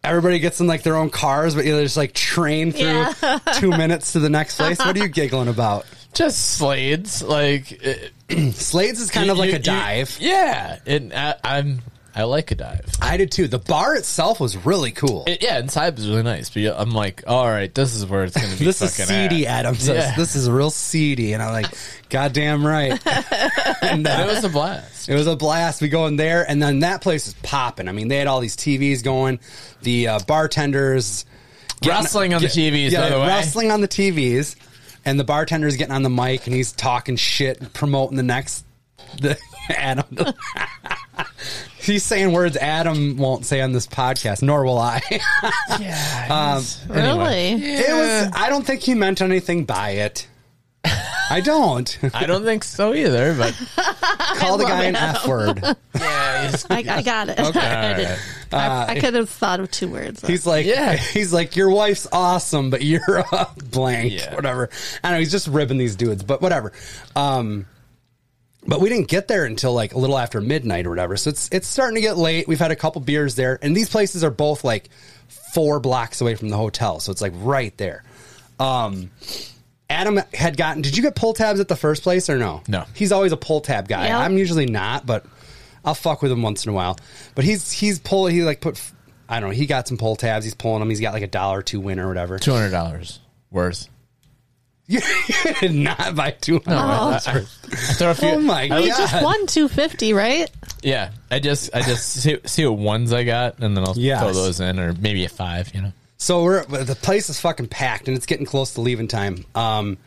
Speaker 1: everybody gets in like their own cars, but you just like train through
Speaker 3: Yeah.
Speaker 1: [LAUGHS] two minutes to the next place. What are you giggling about?
Speaker 2: just Slades. Like it-
Speaker 1: Slade's is kind of
Speaker 2: you-
Speaker 1: like
Speaker 2: you-
Speaker 1: a dive.
Speaker 2: yeah, and I, I'm I like a dive.
Speaker 1: I did too. The bar itself was really cool.
Speaker 2: It, yeah, inside was really nice, but yeah, I'm like, all right, this is where it's gonna
Speaker 1: [LAUGHS]
Speaker 2: be.
Speaker 1: this is
Speaker 2: fucking
Speaker 1: seedy,
Speaker 2: at.
Speaker 1: Adam says.
Speaker 2: Yeah.
Speaker 1: This is real seedy, and I'm like, goddamn
Speaker 2: [LAUGHS]
Speaker 1: right. and, uh,
Speaker 2: It was a
Speaker 1: [LAUGHS]
Speaker 2: blast.
Speaker 1: It was a blast. We go in there, and then that place is popping. I mean, they had all these TVs going, the uh, bartenders
Speaker 2: Wrestling on the TVs, by the way.
Speaker 1: wrestling on the TVs, and the bartender's getting on the mic and he's talking shit, and promoting the next. The [LAUGHS] Adam, he's saying words Adam won't say on this podcast, nor will I.
Speaker 2: [LAUGHS]
Speaker 1: [LAUGHS]
Speaker 2: Yeah,
Speaker 3: Really?
Speaker 1: Um, It
Speaker 2: [LAUGHS]
Speaker 1: was. I don't think he meant anything by it. I don't
Speaker 2: [LAUGHS] I don't think so either, but
Speaker 1: [LAUGHS] call the
Speaker 3: love
Speaker 1: guy
Speaker 3: it,
Speaker 1: an F word.
Speaker 2: yeah, Yes.
Speaker 3: I, I got it. [LAUGHS] I, did. I, I could have thought of two words.
Speaker 1: Uh, He's like,
Speaker 2: Yeah.
Speaker 1: [LAUGHS] he's like, your wife's awesome, but you're [LAUGHS] a blank,
Speaker 2: Yeah.
Speaker 1: whatever. I don't know. He's just ripping these dudes, but whatever. Um, but we didn't get there until like a little after midnight or whatever. So it's it's starting to get late. We've had a couple beers there, and these places are both like four blocks away from the hotel, so it's like right there. Um, Adam had gotten. Did you get pull tabs at the first place or no?
Speaker 2: No.
Speaker 1: He's always a pull tab guy.
Speaker 3: Yeah.
Speaker 1: I'm usually not, but I'll fuck with him once in a while. But he's he's pull. He like put. I don't know. He got some pull tabs. He's pulling them. He's got like a dollar or two win or whatever. [LAUGHS]
Speaker 2: Two hundred dollars worth.
Speaker 1: you did not buy two [LAUGHS] hundred.
Speaker 2: I, I- I throw a
Speaker 1: [LAUGHS]
Speaker 2: few.
Speaker 1: Oh my
Speaker 2: I-
Speaker 3: you
Speaker 1: God.
Speaker 3: Oh, just won two fifty, right?
Speaker 2: Yeah, I just I just see, see what ones I got, and then I'll
Speaker 1: Yes.
Speaker 2: throw those in, or maybe a five.
Speaker 1: [LAUGHS]
Speaker 2: You know.
Speaker 1: So we're the place is fucking packed, and it's getting close to leaving time. Um,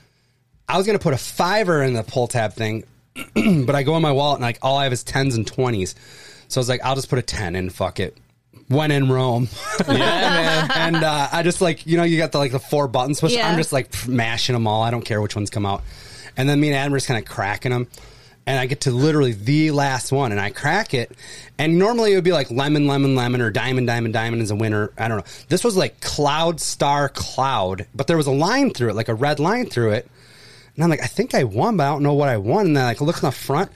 Speaker 1: I was gonna put a fiver in the pull tab thing, [CLEARS THROAT] but I go in my wallet and like all I have is tens and twenties. So I was like, I'll just put a ten in. Fuck it. When in Rome, [LAUGHS]
Speaker 2: Yeah, man.
Speaker 1: and uh, I just like you know you got the like the four buttons. Push.
Speaker 3: Yeah.
Speaker 1: I'm just like pff, mashing them all. I don't care which ones come out. And then me and Adam are just kind of cracking them, and I get to literally the last one, and I crack it. And normally it would be like lemon, lemon, lemon, or diamond, diamond, diamond is a winner. I don't know. This was like cloud, star, cloud, but there was a line through it, like a red line through it. And I'm like, I think I won, but I don't know what I won. And then I like look in the front,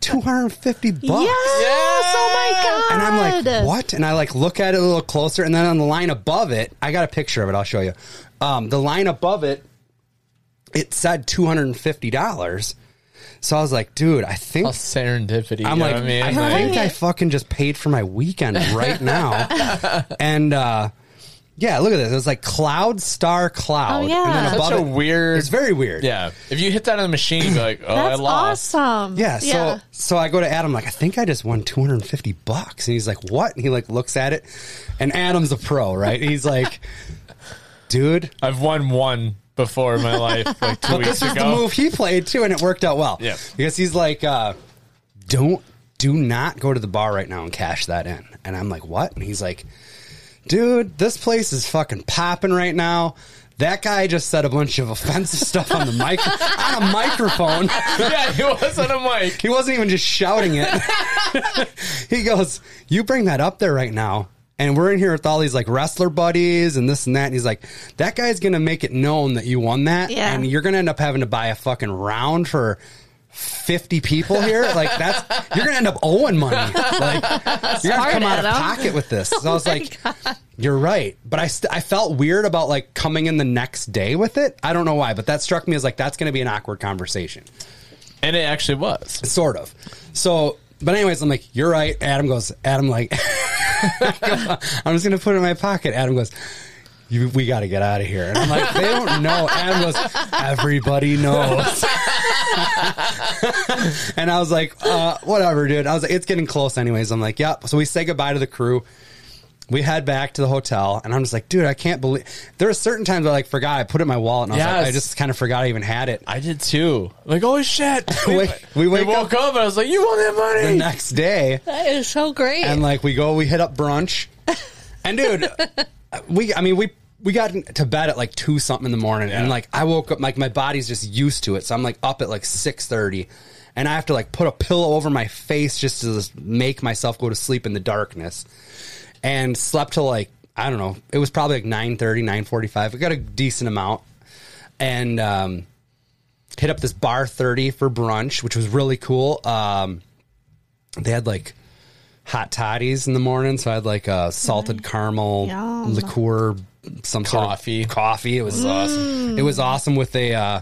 Speaker 1: two hundred and fifty bucks.
Speaker 3: Yes! Oh my god!
Speaker 1: And I'm like, what? And I like look at it a little closer, and then on the line above it, I got a picture of it. I'll show you. Um, the line above it, it said two hundred and fifty dollars. So I was like, dude, I think
Speaker 2: All serendipity.
Speaker 1: I'm
Speaker 2: you
Speaker 1: like,
Speaker 2: know what I mean,
Speaker 1: I
Speaker 2: Like,
Speaker 1: think I fucking just paid for my weekend right
Speaker 2: [LAUGHS]
Speaker 1: now. and uh, yeah, look at this. It was like cloud star cloud.
Speaker 3: Oh, yeah.
Speaker 1: And then
Speaker 3: Such
Speaker 1: above
Speaker 2: a
Speaker 1: it-
Speaker 2: weird-
Speaker 1: It's very weird.
Speaker 2: yeah. If you hit that on the machine, you'd be like, oh, I
Speaker 3: That's
Speaker 2: lost.
Speaker 3: awesome.
Speaker 1: Yeah. So so I go to Adam like I think I just won 250 bucks, and he's like, "What?" And he like looks at it, and Adam's a pro, right? He's like, [LAUGHS] "Dude."
Speaker 2: I've won one before
Speaker 1: [LAUGHS]
Speaker 2: in my life, like two weeks
Speaker 1: The
Speaker 2: ago.
Speaker 1: move he played too, and it worked out well.
Speaker 2: Oh. Yeah.
Speaker 1: because he's like, uh, "Don't, do not go to the bar right now and cash that in." And I'm like, "What?" And he's like, "Dude, this place is fucking popping right now." That guy just said a bunch of offensive [LAUGHS] stuff on the mic on a microphone.
Speaker 2: [LAUGHS] yeah, he was on a mic.
Speaker 1: [LAUGHS] He wasn't even just shouting it. [LAUGHS] he goes, You bring that up there right now. And we're in here with all these like wrestler buddies and this and that. And he's like, That guy's going to make it known that you won that.
Speaker 3: Yeah.
Speaker 1: And you're going to end up having to buy a fucking round for. 50 people here like that's you're gonna end up owing money
Speaker 3: [LAUGHS]
Speaker 1: like you're gonna have to come out of
Speaker 3: Adam. Oh
Speaker 1: pocket with this so i
Speaker 3: [LAUGHS]
Speaker 1: was like you're right but i st- i felt weird about like coming in the next day with it i don't know why but that struck me as like that's gonna be an awkward conversation
Speaker 2: And it actually was.
Speaker 1: sort of. So, but anyways, I'm like, you're right. Adam goes, Adam like, [LAUGHS] I'm just gonna put it in my pocket. Adam goes. You, we got to get out of here. And I'm like, they don't know. Adam goes, everybody knows. [LAUGHS] and I was like, uh, whatever, dude. I was like, it's getting close, anyways. I'm like, yep. So we say goodbye to the crew. We head back to the hotel, and I'm just like, dude, I can't believe. There are certain times I like forgot. I put it in my wallet, and I was like,
Speaker 2: Yes.
Speaker 1: I just kind of forgot I even had it.
Speaker 2: I did too. Like, oh shit. We,
Speaker 1: Wait, [LAUGHS] we
Speaker 2: we
Speaker 1: wake
Speaker 2: woke up. and I was like, you won that
Speaker 1: The
Speaker 2: money.
Speaker 1: next day,
Speaker 3: that is so great.
Speaker 1: and like we go, we hit up brunch, and dude, we I mean we we got to bed at like two something in the morning, and
Speaker 2: Yeah.
Speaker 1: like I woke up like my body's just used to it, so I'm like up at like six thirty, and I have to like put a pillow over my face just to just make myself go to sleep in the darkness, and slept till like I don't know, it was probably like 9.30, 9.45. I got a decent amount, and um, hit up this bar thirty for brunch, which was really cool. Um, they had like hot toddies in the morning. So I had like a salted caramel
Speaker 3: Yum.
Speaker 1: liqueur, some
Speaker 2: Coffee.
Speaker 1: sort of coffee. It was awesome. It was awesome with a uh,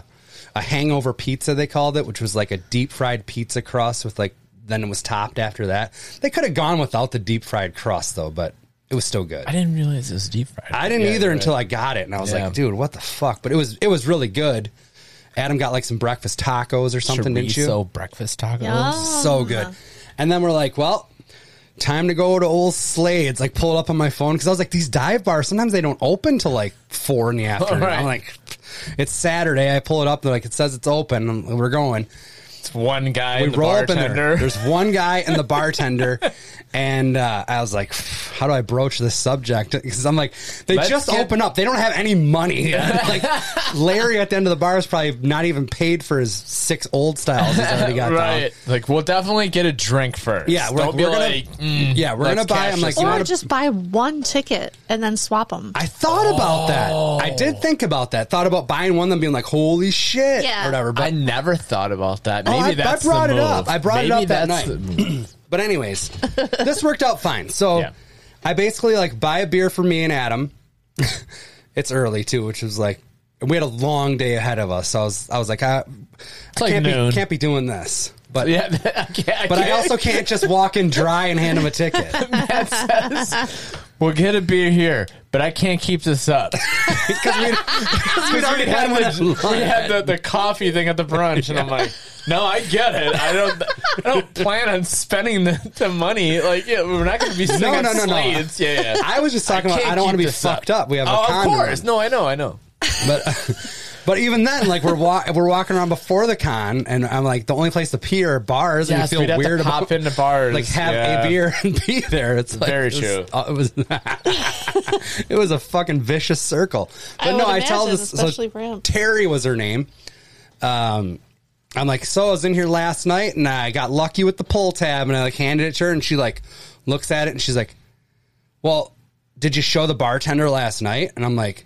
Speaker 1: a hangover pizza they called it, which was like a deep fried pizza crust with like then it was topped after that. They could have gone without the deep fried crust though, but it was still good.
Speaker 2: I didn't realize it was deep fried.
Speaker 1: I didn't
Speaker 2: Yeah,
Speaker 1: either
Speaker 2: you're
Speaker 1: until
Speaker 2: right.
Speaker 1: I got it, and I was
Speaker 2: Yeah.
Speaker 1: like, "Dude, what the fuck?" But it was it was really good. Adam got like some breakfast tacos or something, didn't you?
Speaker 2: Chorizo breakfast tacos.
Speaker 3: Yeah.
Speaker 1: so good. And then we're like, well, time to go to old Slade's. Like, pull it up on my phone because I was like, these dive bars sometimes they don't open till like four
Speaker 2: [LAUGHS]
Speaker 1: in the afternoon.
Speaker 2: All right.
Speaker 1: I'm like, it's Saturday. I pull it up. They're like, it says it's open. and we're going.
Speaker 2: just one guy.
Speaker 1: we
Speaker 2: and the
Speaker 1: roll up in
Speaker 2: bartender. [LAUGHS]
Speaker 1: there. There's one guy and the bartender, and uh, I was like, "How do I broach this subject?" Because I'm like, they
Speaker 2: Let's
Speaker 1: just
Speaker 2: get-
Speaker 1: open up. They don't have any
Speaker 2: [LAUGHS]
Speaker 1: money. [LAUGHS] like Larry at the end of the bar is probably not even paid for his six old styles. He's already got down.
Speaker 2: [LAUGHS] right. Like we'll definitely get a drink first.
Speaker 1: Yeah, we're,
Speaker 2: Don't
Speaker 1: like,
Speaker 2: be
Speaker 1: we're gonna.
Speaker 2: like, mm,
Speaker 1: yeah, we're gonna
Speaker 2: let's
Speaker 1: buy.
Speaker 2: cash
Speaker 1: I'm like,
Speaker 2: this
Speaker 1: you
Speaker 3: or
Speaker 1: know what?
Speaker 3: just buy one ticket and then swap them.
Speaker 1: I thought about that. I
Speaker 2: Oh.
Speaker 1: did think about that. Thought about buying one of them, being like, "Holy shit!"
Speaker 3: Yeah.
Speaker 1: or whatever. But
Speaker 2: I never thought about that.
Speaker 1: Oh,
Speaker 2: Maybe
Speaker 1: I, I
Speaker 2: that's the
Speaker 1: brought it
Speaker 2: move.
Speaker 1: up. I brought it
Speaker 2: Maybe
Speaker 1: up that
Speaker 2: that's the move. [LAUGHS]
Speaker 1: night. but anyways, this worked out fine. So
Speaker 2: Yeah.
Speaker 1: I basically like buy a beer for me and Adam. [LAUGHS] it's early too, which was like we had a long day ahead of us. So I was I was like I, I
Speaker 2: like
Speaker 1: can't
Speaker 2: noon.
Speaker 1: be can't be doing this. But
Speaker 2: Yeah, I can't,
Speaker 1: but I
Speaker 2: can't-
Speaker 1: also can't just walk in dry and hand him a
Speaker 2: [LAUGHS]
Speaker 1: ticket. [LAUGHS]
Speaker 2: we'll get a beer here, but I can't keep this
Speaker 1: [LAUGHS]
Speaker 2: up.
Speaker 1: Because we, 'cause we'd already
Speaker 2: we had,
Speaker 1: had one.
Speaker 2: the, we had the, the coffee thing at the brunch, and I'm like, no, I get it. I don't,
Speaker 1: [LAUGHS]
Speaker 2: I don't plan on spending the, the money. Like, yeah, we're not going to be sitting
Speaker 1: No,
Speaker 2: on
Speaker 1: no, no, no.
Speaker 2: slates. Yeah, yeah.
Speaker 1: I was just talking about
Speaker 2: can't
Speaker 1: I don't want to
Speaker 2: keep
Speaker 1: be
Speaker 2: this
Speaker 1: fucked up. We have
Speaker 2: oh,
Speaker 1: a
Speaker 2: of
Speaker 1: condom.
Speaker 2: course. No, I know, I know.
Speaker 1: but [LAUGHS] but even then, like we're wa- we're walking around before the con, and I'm like the only place to pee are bars, and
Speaker 2: Yes,
Speaker 1: you
Speaker 2: we'd
Speaker 1: feel
Speaker 2: have to
Speaker 1: weird
Speaker 2: pop
Speaker 1: about
Speaker 2: into bars,
Speaker 1: like have
Speaker 2: yeah.
Speaker 1: a beer and pee there. It's like,
Speaker 2: Very
Speaker 1: it was-
Speaker 2: true.
Speaker 1: uh, It was [LAUGHS] it was a fucking vicious circle. But
Speaker 3: I
Speaker 1: no,
Speaker 3: would
Speaker 1: I tell
Speaker 3: imagine,
Speaker 1: this
Speaker 3: especially for him.
Speaker 1: Terry was her name. Um, I'm like, so I was in here last night, and I got lucky with the pull tab, and I like handed it to her, and she like looks at it, and she's like, well, did you show the bartender last night? And I'm like,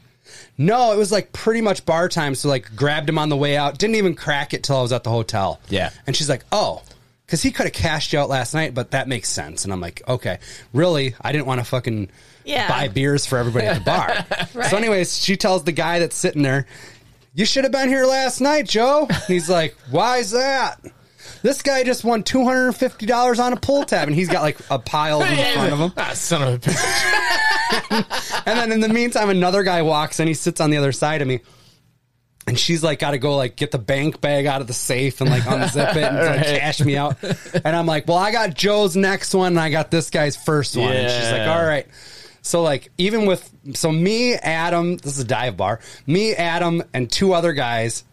Speaker 1: no, it was like pretty much bar time. So like grabbed him on the way out. Didn't even crack it till I was at the hotel.
Speaker 2: Yeah.
Speaker 1: And she's like, oh, because he could have cashed you out last night, but that makes sense. And I'm like, okay, really? I didn't want to fucking
Speaker 3: Yeah.
Speaker 1: buy beers for everybody at the bar.
Speaker 3: Right.
Speaker 1: So, anyways, she tells the guy that's sitting there, you should have been here last night, Joe. And he's like, why's that? This guy just won two hundred and fifty dollars on a pull tab, and he's got like a pile of them
Speaker 2: [LAUGHS]
Speaker 1: in front of him.
Speaker 2: Ah, son of a bitch.
Speaker 1: And then in the meantime, another guy walks and he sits on the other side of me. And she's like, got to go like get the bank bag out of the safe and like unzip it and like,
Speaker 2: [LAUGHS] Right.
Speaker 1: cash me out. And I'm like, well, I got Joe's next one and I got this guy's first one. And she's like,
Speaker 2: Yeah.
Speaker 1: all right. So like even with so me, Adam, this is a dive bar. Me, Adam, and two other guys,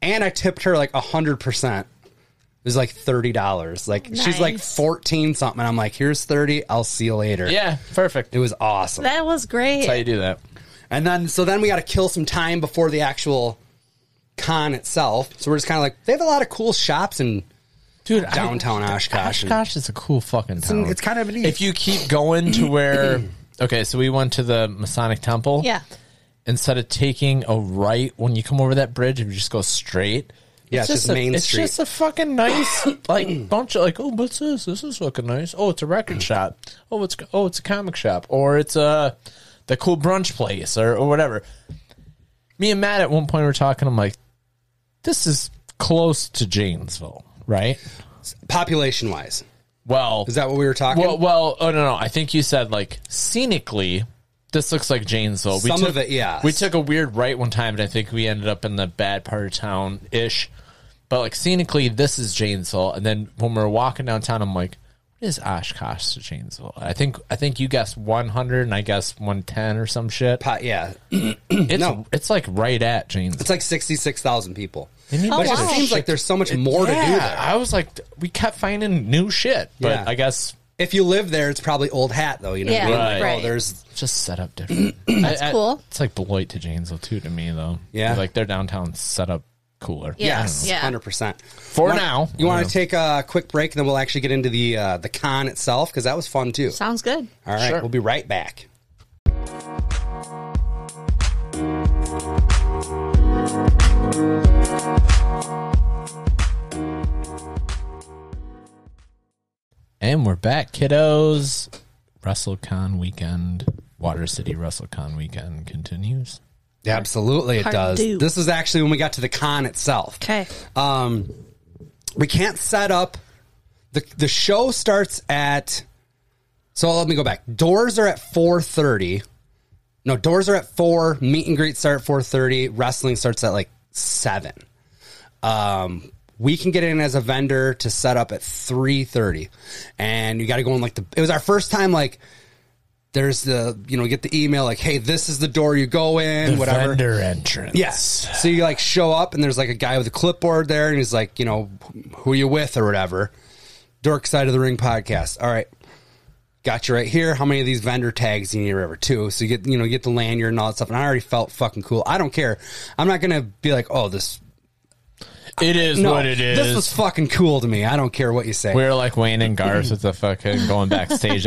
Speaker 1: and I tipped her like hundred percent. It was like thirty dollars. Like she's like
Speaker 3: Nice.
Speaker 1: fourteen something. And I'm like, here's thirty. I'll see you later.
Speaker 2: Yeah, perfect.
Speaker 1: it
Speaker 2: That's
Speaker 1: was awesome.
Speaker 3: that was great.
Speaker 2: how you do that.
Speaker 1: And then so then we got to kill some time before the actual con itself. So we're just kind of like they have a lot of cool shops in
Speaker 2: Dude,
Speaker 1: downtown Oshkosh. and-
Speaker 2: Oshkosh is a cool fucking town.
Speaker 1: it's kind of neat.
Speaker 2: If you keep going to
Speaker 1: [CLEARS THROAT]
Speaker 2: where, okay, so we went to the Masonic Temple.
Speaker 3: yeah.
Speaker 2: Instead of taking a right when you come over that bridge, if you just go straight.
Speaker 1: Yeah, it's just
Speaker 2: a,
Speaker 1: Main
Speaker 2: It's
Speaker 1: Street.
Speaker 2: just a
Speaker 1: [CLEARS THROAT]
Speaker 2: fucking nice like bunch of like, oh, what's this? This is fucking nice. Oh, it's
Speaker 1: [CLEARS THROAT]
Speaker 2: a record shop. Oh, it's oh, it's a comic shop, or it's a the cool brunch place, or or whatever. Me and Matt at one point were talking. I'm like, this is close to Janesville, right?
Speaker 1: population wise,
Speaker 2: Well,
Speaker 1: is that what we were talking?
Speaker 2: well, well, oh no, no. I think you said like scenically, this looks like Janesville.
Speaker 1: Some of it, yes.
Speaker 2: We took a weird right one time, and I think we ended up in the bad part of town ish. But like scenically, this is Janesville, and then when we were walking downtown, I'm like, what is Oshkosh to Janesville? I think I think you guessed 100, and I guessed 110 or some shit.
Speaker 1: Po- yeah,
Speaker 2: It's
Speaker 1: no.
Speaker 2: it's like right at Janesville.
Speaker 1: it's like sixty six thousand people.
Speaker 3: Oh,
Speaker 1: But it just
Speaker 3: wow.
Speaker 1: seems like there's so much more to do
Speaker 2: yeah,
Speaker 1: there.
Speaker 2: I was like, we kept finding new shit, but
Speaker 1: Yeah.
Speaker 2: I guess
Speaker 1: If you live there, it's probably old hat though. You know,
Speaker 3: Yeah,
Speaker 1: what I mean? Like,
Speaker 3: Right.
Speaker 1: oh, there's
Speaker 2: just set
Speaker 1: [CLEARS THROAT]
Speaker 2: up different. That's
Speaker 3: cool.
Speaker 2: It's like Beloit to Janesville too to me though.
Speaker 1: Yeah.
Speaker 2: like their downtown set up cooler.
Speaker 3: Yeah.
Speaker 1: yes,
Speaker 3: Yeah.
Speaker 1: hundred percent.
Speaker 2: For now,
Speaker 1: You want to take a quick break, and then we'll actually get into the uh, the con itself because that was fun too.
Speaker 3: Sounds good.
Speaker 1: All right,
Speaker 2: Sure.
Speaker 1: we'll be right back.
Speaker 2: and we're back, kiddos. WrestleCon weekend, Water City WrestleCon weekend continues.
Speaker 1: Yeah, absolutely, it
Speaker 3: Part
Speaker 1: does.
Speaker 3: two.
Speaker 1: This is actually when we got to the con itself.
Speaker 3: Okay.
Speaker 1: Um, we can't set up the the show starts at. So let me go back. Doors are at four thirty. No, doors are at four. Meet and greet start at four thirty. Wrestling starts at like seven. Um, we can get in as a vendor to set up at three thirty, and you got to go in like the. It was our first time like There's the you know get the email like hey this is the door you go in whatever
Speaker 2: vendor entrance.
Speaker 1: Yes. So you like show up and there's like a guy with a clipboard there and he's like, you know, who you with or whatever. Dork side of the ring podcast. All right. Got you right here. How many of these vendor tags you need or whatever too? So you get you know, get the lanyard and all that stuff. And I already felt fucking cool. I don't care. I'm not gonna be like, oh this
Speaker 2: It is
Speaker 1: no,
Speaker 2: what it is.
Speaker 1: This was fucking cool to me. I don't care what you say.
Speaker 2: we're like Wayne and Garth with the fucking going backstage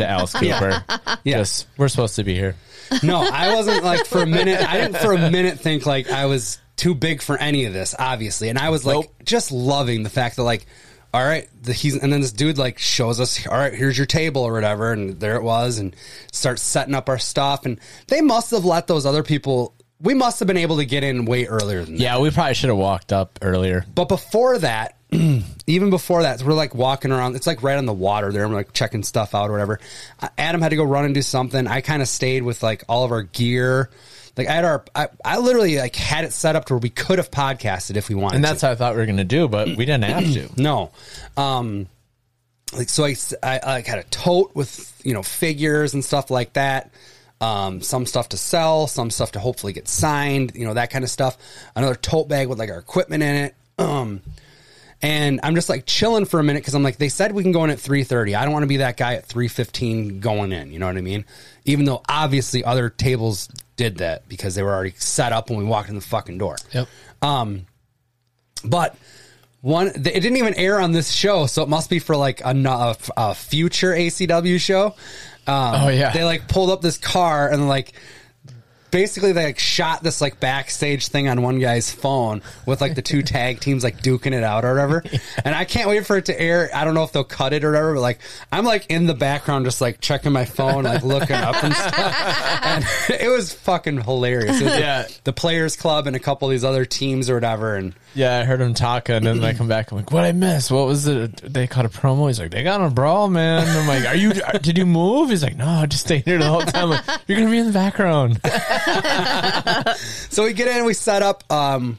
Speaker 1: [LAUGHS]
Speaker 2: at Alice Cooper. Yes, we're supposed to be here.
Speaker 1: No, I wasn't like for a minute. I didn't for a minute think like I was too big for any of this, obviously. And I was like
Speaker 2: Nope.
Speaker 1: just loving the fact that like, all right, the, he's and then this dude like shows us, all right, here's your table or whatever, and there it was, and starts setting up our stuff. And they must have let those other people. We must have been able to get in way earlier than that.
Speaker 2: Yeah, we probably should have walked up earlier.
Speaker 1: But before that, [CLEARS THROAT] even before that, we're like walking around. It's like right on the water there. I'm like checking stuff out or whatever. Uh, Adam had to go run and do something. I kind of stayed with like all of our gear. Like I had our, I, I literally like had it set up to where we could have podcasted if we wanted.
Speaker 2: And
Speaker 1: to.
Speaker 2: that's how I thought we were going to do, but we didn't
Speaker 1: [CLEARS THROAT]
Speaker 2: have to.
Speaker 1: No. Um, like so, I, I, I had a tote with you know figures and stuff like that. Um, some stuff to sell, some stuff to hopefully get signed, you know that kind of stuff. Another tote bag with like our equipment in it. Um, and I'm just like chilling for a minute because I'm like they said we can go in at 3:30. I don't want to be that guy at 3:15 going in. You know what I mean? Even though obviously other tables did that because they were already set up when we walked in the fucking door.
Speaker 2: Yep.
Speaker 1: But one, th- it didn't even air on this show, so it must be for like a, no- a f- a future ACW show. Um,
Speaker 2: Oh, yeah.
Speaker 1: they like pulled up this car and like basically they like shot this like backstage thing on one guy's phone with like the
Speaker 2: [LAUGHS]
Speaker 1: two tag teams like duking it out or whatever. And I can't wait for it to air. I don't know if they'll cut it or whatever, but like I'm like in the background just like checking my phone, like looking up and
Speaker 2: [LAUGHS]
Speaker 1: stuff. And [LAUGHS] it was fucking hilarious. It was, like,
Speaker 2: Yeah.
Speaker 1: the Players Club and a couple of these other teams or whatever, and.
Speaker 2: Yeah, I heard him talking, and then I come back. I'm like, "What I miss? What was it? They caught a promo." He's like, "They got in a brawl, man." I'm like, "Are you? Did you move?" He's like, "No, I just stayed here the whole time." I'm like, You're gonna be in the background.
Speaker 1: So we get in, we set up. Um,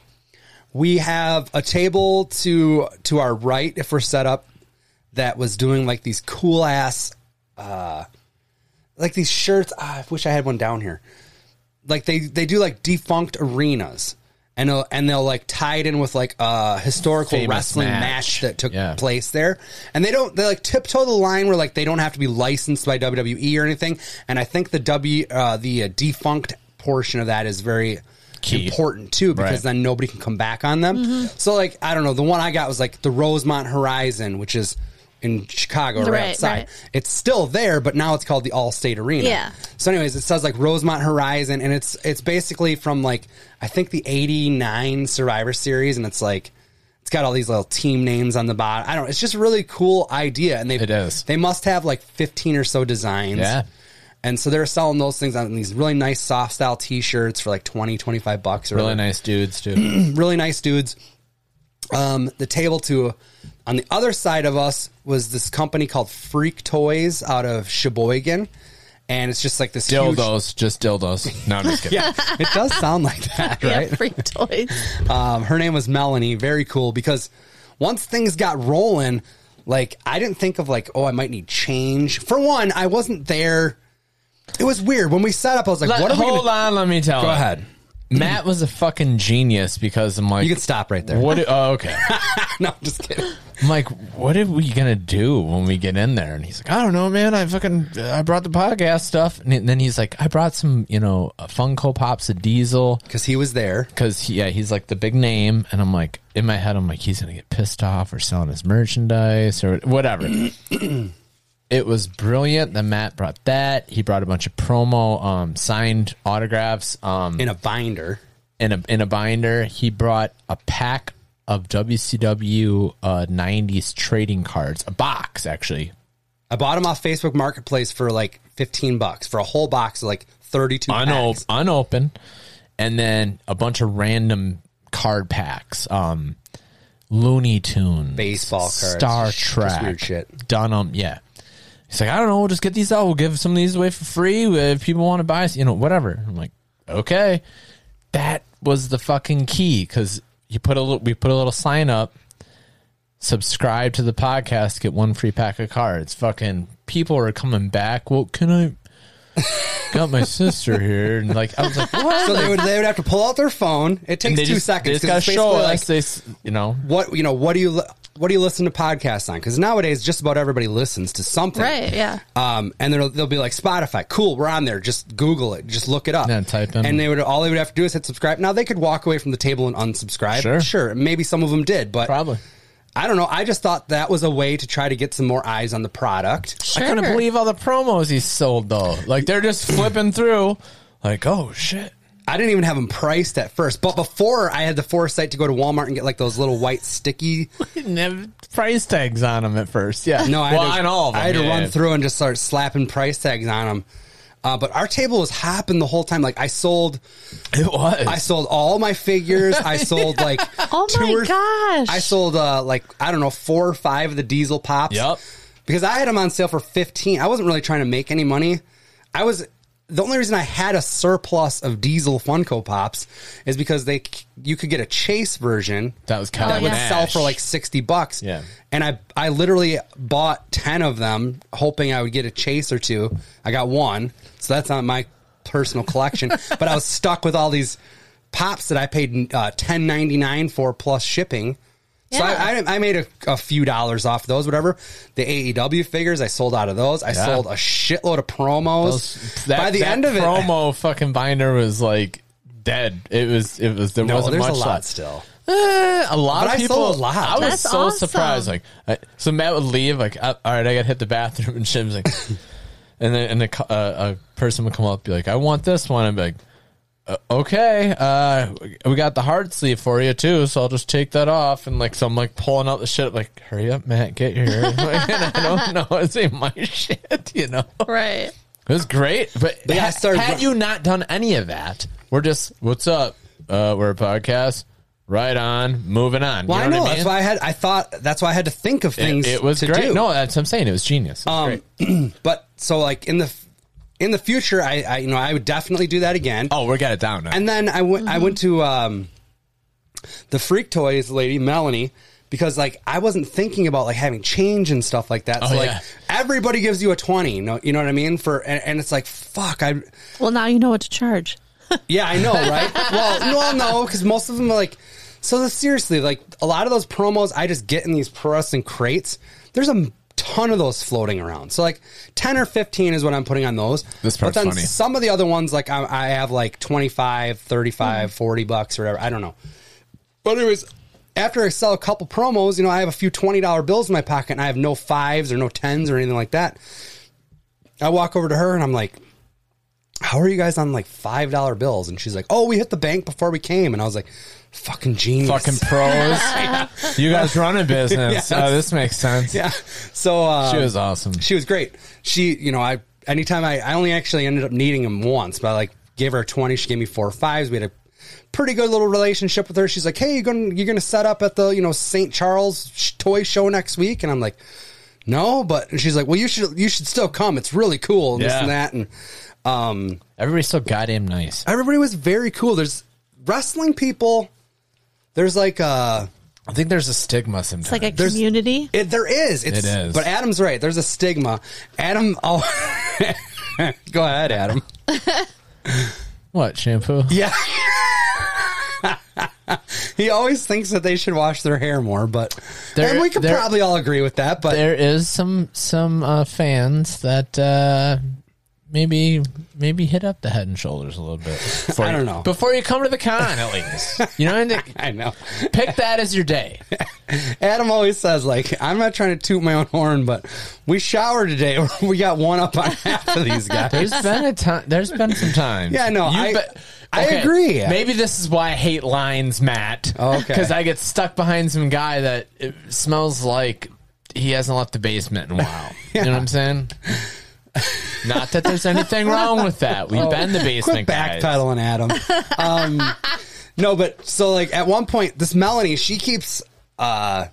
Speaker 1: we have a table to to our right if we're set up that was doing like these cool ass, uh, like these shirts. Ah, I wish I had one down here. Like they they do like defunct arenas. And they'll, and they'll like tie it in with like a historical
Speaker 2: Famous
Speaker 1: wrestling match.
Speaker 2: match.
Speaker 1: that took
Speaker 2: Yeah.
Speaker 1: place there. And they don't they like tiptoe the line where like they don't have to be licensed by WWE or anything. And I think the W uh, the uh, defunct portion of that is very
Speaker 2: Key.
Speaker 1: important too because
Speaker 2: Right.
Speaker 1: then nobody can come back on them. So like I don't know, the one I got was like the Rosemont Horizon, which is in Chicago right,
Speaker 3: Right,
Speaker 1: outside.
Speaker 3: right.
Speaker 1: It's still there, but now it's called the Allstate Arena.
Speaker 3: Yeah.
Speaker 1: So anyways, it says like Rosemont Horizon and it's it's basically from like I think the 89 Survivor series and it's like it's got all these little team names on the bottom. I don't It's just a really cool idea and they
Speaker 2: It is.
Speaker 1: they must have like 15 or so designs.
Speaker 2: Yeah.
Speaker 1: And so they're selling those things on these really nice soft style t-shirts for like 20, 25 bucks or
Speaker 2: Really
Speaker 1: whatever
Speaker 2: nice dudes [CLEARS THROAT] too.
Speaker 1: really nice dudes. Um, the table to on the other side of us was this company called Freak Toys out of Sheboygan, and it's just like this huge-
Speaker 2: Dildos, just dildos. No, I'm just kidding.
Speaker 1: yeah, it does sound like that,
Speaker 3: Yeah,
Speaker 1: right? [LAUGHS]
Speaker 3: free toys.
Speaker 1: Um, her name was Melanie. Very cool because once things got rolling, like I didn't think of like, oh, I might need change. For one, I wasn't there. It was weird when we set up. I was like,
Speaker 2: Let-
Speaker 1: what are we?
Speaker 2: hold
Speaker 1: Gonna-
Speaker 2: on, let me tell.
Speaker 1: Go
Speaker 2: you.
Speaker 1: ahead.
Speaker 2: Matt was a fucking genius because I'm like,
Speaker 1: You can stop right there.
Speaker 2: What? do- oh, okay.
Speaker 1: [LAUGHS] no, I'm just kidding.
Speaker 2: I'm like, what are we gonna do when we get in there? And he's like, I don't know, man. I fucking I brought the podcast stuff, and then he's like, I brought some, you know, Funko Pops, a Diesel,
Speaker 1: Because he was there.
Speaker 2: because yeah, he's like the big name, and I'm like, in my head, I'm like, he's gonna get pissed off or selling his merchandise or whatever. it was brilliant. Then Matt brought that. He brought a bunch of promo, um, signed autographs, um,
Speaker 1: in a binder.
Speaker 2: in a in a binder. He brought a pack of WCW uh, '90s trading cards, a box actually.
Speaker 1: I bought them off Facebook Marketplace for like 15 bucks for a whole box of like 32
Speaker 2: unop-
Speaker 1: packs.
Speaker 2: unopened, and then a bunch of random card packs. Um, Looney Tunes,
Speaker 1: Baseball cards,
Speaker 2: Star
Speaker 1: just- just
Speaker 2: Trek,
Speaker 1: weird shit.
Speaker 2: Dunham, yeah. He's like, I don't know, we'll just get these out. We'll give some of these away for free if people want to buy, us, you know, whatever. I'm like, okay, that was the fucking key because you put a little, we put a little sign up. Subscribe to the podcast, get one free pack of cards. Fucking people are coming back. Well, can I?
Speaker 1: [LAUGHS]
Speaker 2: got my sister here, and like I was like, what?
Speaker 1: So they would they would have to pull out their phone. It
Speaker 2: And
Speaker 1: takes two
Speaker 2: just- They
Speaker 1: seconds.
Speaker 2: just
Speaker 1: 'cause
Speaker 2: gotta
Speaker 1: it's
Speaker 2: show
Speaker 1: basically
Speaker 2: us. They, s- you know,
Speaker 1: what you know what do you li- what do you listen to podcasts on because nowadays just about everybody listens to something
Speaker 3: Right, yeah.
Speaker 1: um and they'll, they'll be like spotify cool we're on there just google it just look it up
Speaker 2: Yeah, type in-
Speaker 1: and they would all they would have to do is hit subscribe now they could walk away from the table and unsubscribe
Speaker 2: Sure.
Speaker 1: maybe some of them did but
Speaker 2: probably.
Speaker 1: i don't know i just thought that was a way to try to get some more eyes on the product
Speaker 3: Sure.
Speaker 2: I couldn't believe all the promos he sold though. Like they're just flipping through. Like oh shit.
Speaker 1: i didn't even have them priced at first but before i had the foresight to go to walmart and get like those little white
Speaker 2: [LAUGHS]
Speaker 1: sticky
Speaker 2: Didn't have price tags on them at first. Yeah.
Speaker 1: No, I had,
Speaker 2: well,
Speaker 1: to,
Speaker 2: on all of them.
Speaker 1: I had to
Speaker 2: yeah,
Speaker 1: run
Speaker 2: yeah.
Speaker 1: through and just start slapping price tags on them. Uh, but our table was hopping the whole time. Like I sold,
Speaker 2: It
Speaker 1: [LAUGHS]
Speaker 2: was.
Speaker 1: I sold all my figures.
Speaker 3: [LAUGHS]
Speaker 1: I sold like
Speaker 3: Oh my
Speaker 1: two or-
Speaker 3: gosh.
Speaker 1: I sold uh, like I don't know four or five of the diesel pops.
Speaker 2: Yep.
Speaker 1: Because I had them on sale for fifteen. I wasn't really trying to make any money. I was the only reason I had a surplus of diesel Funko Pops is because they c- you could get a Chase version
Speaker 2: [LAUGHS] that was kind
Speaker 3: That
Speaker 2: of
Speaker 1: would
Speaker 3: Yeah.
Speaker 1: sell for like 60 bucks.
Speaker 2: Yeah.
Speaker 1: And I I literally bought 10 of them hoping I would get a chase or two. I got one. So that's not my personal collection,
Speaker 2: [LAUGHS]
Speaker 1: but I was stuck with all these pops that I paid uh 10.99 for plus shipping. So
Speaker 3: Yeah.
Speaker 1: I, I, I made a, a few dollars off those, whatever. The AEW figures, I sold out of those. I
Speaker 2: Yeah.
Speaker 1: sold a shitload of promos.
Speaker 2: that,
Speaker 1: By the
Speaker 2: that
Speaker 1: end of it,
Speaker 2: promo fucking binder was like dead. It was. It was. There
Speaker 1: No,
Speaker 2: wasn't
Speaker 1: there's
Speaker 2: much
Speaker 1: a lot
Speaker 2: left.
Speaker 1: still.
Speaker 2: Eh, a lot
Speaker 1: But
Speaker 2: of
Speaker 1: I
Speaker 2: people.
Speaker 1: sold a lot.
Speaker 2: I was
Speaker 3: That's
Speaker 2: so
Speaker 3: awesome.
Speaker 2: surprised. Like, I, so Matt would leave. Like, uh, all right, I got to hit the bathroom, and
Speaker 1: [LAUGHS]
Speaker 2: Shim's like, and then and a, cu- uh, a person would come up, be like, I want this one. I'm like, uh, okay, uh, we got the hard sleeve for you too, so I'll just take that off. And like, so I'm like pulling out the shit. Like, hurry up, Matt, get here. [LAUGHS] And I don't know. [LAUGHS] It's ain't my shit, you know.
Speaker 3: Right.
Speaker 2: It was great, but
Speaker 1: But yeah, I
Speaker 2: ha-
Speaker 1: started-
Speaker 2: had you not done any of that, we're just what's up? Uh, we're a podcast. Right on, moving on.
Speaker 1: Well,
Speaker 2: you
Speaker 1: I
Speaker 2: know
Speaker 1: know.
Speaker 2: what I
Speaker 1: That's
Speaker 2: mean?
Speaker 1: why I had. I thought that's why I had to think of things.
Speaker 2: it, it was
Speaker 1: to
Speaker 2: great.
Speaker 1: do. Um,
Speaker 2: No, that's what I'm saying. It was genius. It was great.
Speaker 1: [CLEARS THROAT] But so like in the in the future, I, I you know I would definitely do that again.
Speaker 2: Oh, we got it down now.
Speaker 1: And then I went I
Speaker 2: Mm-hmm.
Speaker 1: went to um, the Freak Toys lady Melanie because like I wasn't thinking about like having change and stuff like that.
Speaker 2: Oh,
Speaker 1: so like
Speaker 2: yeah.
Speaker 1: everybody gives you a twenty. You know, you know what I mean? For and, and it's like fuck. I
Speaker 3: Well, now you know what to charge.
Speaker 1: yeah, I know, right? well, no, no, because most of them are like. So the, seriously, like a lot of those promos, I just get in these fluorescent crates. There's a ton of those floating around. So like ten or fifteen is what I'm putting on those.
Speaker 2: This
Speaker 1: but
Speaker 2: part's
Speaker 1: then
Speaker 2: funny.
Speaker 1: some of the other ones, like I, I have like 25, 35, 40 bucks or whatever. I don't know. But anyways, after I sell a couple promos, you know, I have a few twenty dollar bills in my pocket, and I have no fives or no tens or anything like that. I walk over to her and I'm like, "How are you guys on like five dollar bills?" And she's like, "Oh, we hit the bank before we came." And I was like, "Fucking genius!" [LAUGHS]
Speaker 2: Fucking pros. you guys run a business.
Speaker 1: Yes.
Speaker 2: Oh, this makes sense.
Speaker 1: yeah. So uh,
Speaker 2: She was awesome.
Speaker 1: she was great. She, you know, I anytime I, I only actually ended up needing him once, but I like gave her a twenty. She gave me four fives. We had a pretty good little relationship with her. She's like, "Hey, you going you're gonna set up at the you know St. Charles sh- toy show next week?" And I'm like, "No," but and she's like, "Well, you should you should still come. It's really cool and this
Speaker 2: Yeah.
Speaker 1: and that." And um,
Speaker 2: Everybody's so goddamn nice.
Speaker 1: everybody was very cool. There's wrestling people. There's like uh
Speaker 2: I think there's a stigma sometimes.
Speaker 3: It's like a community.
Speaker 1: It, there is. It's,
Speaker 2: It is.
Speaker 1: But Adam's right. There's a stigma. Adam. Oh, [LAUGHS] go ahead, Adam.
Speaker 2: what shampoo?
Speaker 1: Yeah. [LAUGHS] he always thinks that they should wash their hair more, but
Speaker 2: There-
Speaker 1: and we could
Speaker 2: there-
Speaker 1: probably all agree with that. But
Speaker 2: there is some some uh, fans that uh, maybe maybe hit up the Head and Shoulders a little bit. [LAUGHS] Before
Speaker 1: I don't
Speaker 2: you-
Speaker 1: know.
Speaker 2: Before you come to the con, [LAUGHS] at least you know. and
Speaker 1: I know
Speaker 2: Pick that as your day.
Speaker 1: Adam always says like I'm not trying to toot my own horn, but we showered today. [LAUGHS] we got one up on half of these
Speaker 2: [LAUGHS]
Speaker 1: guys.
Speaker 2: There's been a time. There's been some times.
Speaker 1: Yeah, no,
Speaker 2: You
Speaker 1: I-
Speaker 2: bet-
Speaker 1: I agree.
Speaker 2: Maybe this is why I hate lines, Matt.
Speaker 1: Okay.
Speaker 2: because I get stuck behind some guy that it smells like he hasn't left the basement in a [LAUGHS] while. You know what I'm saying? Not that there's anything wrong with that. We've been the
Speaker 1: Quit
Speaker 2: basement guys.
Speaker 1: backpedaling, Adam. Um, no, but so like at one point, this Melanie, she keeps, uh,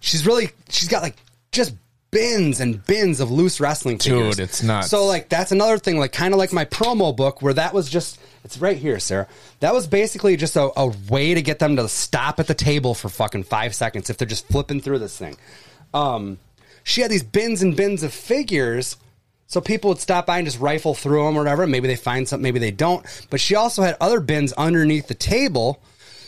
Speaker 1: she's really, she's got like just bins and bins of loose wrestling figures.
Speaker 2: Dude, it's nuts.
Speaker 1: So like that's another thing, like kind of like my promo book where that was just, it's right here, Sarah. That was basically just a, a way to get them to stop at the table for fucking five seconds if they're just flipping through this thing. Um, she had these bins and bins of figures So people would stop by and just rifle through them or whatever. Maybe they find something, maybe they don't. But she also had other bins underneath the table.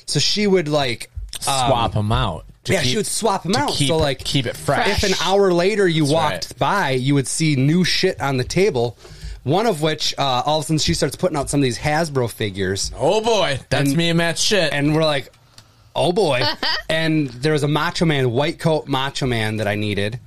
Speaker 1: So she would like,
Speaker 2: Swap them out. to
Speaker 1: Um, yeah, she
Speaker 2: keep-
Speaker 1: would swap them
Speaker 2: to
Speaker 1: out.
Speaker 2: Keep,
Speaker 1: so like,
Speaker 2: keep it fresh.
Speaker 1: if an hour later you walked
Speaker 2: right.
Speaker 1: by, you would see new shit on the table. One of which, uh, all of a sudden, she starts putting out some of these Hasbro figures,
Speaker 2: oh boy, that's me and Matt's shit.
Speaker 1: and we're like, "Oh boy!" and there was a Macho Man white coat Macho Man that I needed,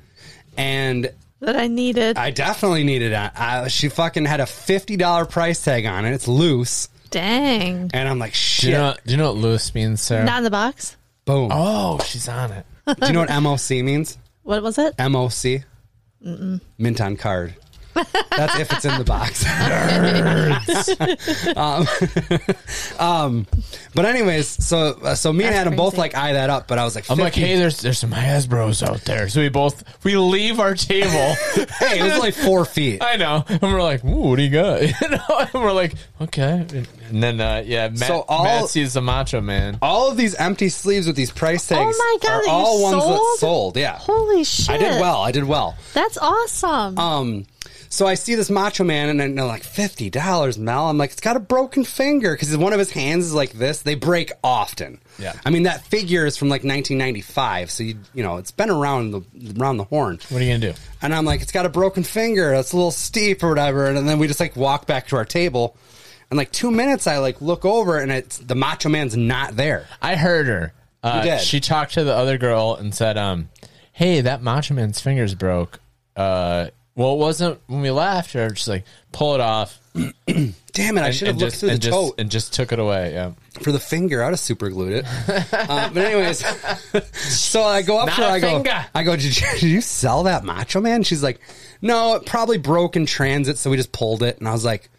Speaker 1: and
Speaker 3: that I needed.
Speaker 1: I definitely needed it. I, she fucking had a fifty dollar price tag on it. It's loose,
Speaker 3: Dang.
Speaker 1: and I'm like,
Speaker 2: do,
Speaker 1: "Shit!"
Speaker 2: you know, do you know what loose means, Sarah?
Speaker 3: Not in the box.
Speaker 2: [LAUGHS]
Speaker 1: Boom.
Speaker 2: oh, she's on it.
Speaker 1: Do you know what MOC means?
Speaker 3: What was it?
Speaker 1: MOC, mint on card. That's if it's in the
Speaker 3: [LAUGHS]
Speaker 1: box. um, [LAUGHS] um, but anyways, so uh, so me and
Speaker 3: That's
Speaker 1: Adam both
Speaker 3: crazy.
Speaker 1: like eye that up, but I was like,
Speaker 2: I'm like,
Speaker 1: 50
Speaker 2: hey, there's there's some Hasbro's out there. So we both we leave our
Speaker 1: [LAUGHS]
Speaker 2: table.
Speaker 1: hey, it was like four feet.
Speaker 2: I know, and we're like, Ooh, what do you got? [LAUGHS] You know, and we're like, okay. And, and then uh, yeah, Matt,
Speaker 1: So all-
Speaker 2: Matt sees the Macho Man.
Speaker 1: All of these empty sleeves with these price tags
Speaker 3: Oh my God,
Speaker 1: are
Speaker 3: that you
Speaker 1: all ones that
Speaker 3: sold?
Speaker 1: sold. Yeah,
Speaker 3: Holy shit.
Speaker 1: I did well. I did well.
Speaker 3: That's awesome.
Speaker 1: Um, so I see this Macho Man, and I'm like, fifty dollars, Mel. I'm like, it's got a broken finger because one of his hands is like this. They break often.
Speaker 2: Yeah.
Speaker 1: I mean that figure is from like 1995, so you you know it's been around the around the horn.
Speaker 2: What are you gonna do?
Speaker 1: And I'm like, it's got a broken finger. That's a little steep or whatever. And then we just like walk back to our table, and like two minutes, I like look over, and it's the Macho Man's not there.
Speaker 2: I heard her. Uh,
Speaker 1: did.
Speaker 2: She talked to the other girl and said, um, "Hey, that Macho Man's fingers broke. Uh, well, it wasn't when we left." Or she's like, "Pull it off."
Speaker 1: Damn it! I should have looked through the
Speaker 2: and,
Speaker 1: tote.
Speaker 2: just, and just took it away. Yeah,
Speaker 1: for the finger. I'd have super glued it. Uh, but anyways, [LAUGHS] so I go up to her.
Speaker 2: Not a
Speaker 1: I go,
Speaker 2: finger.
Speaker 1: I go, did you, [LAUGHS] did you sell that Macho Man? She's like, no, it probably broke in transit, so we just pulled it. And I was like,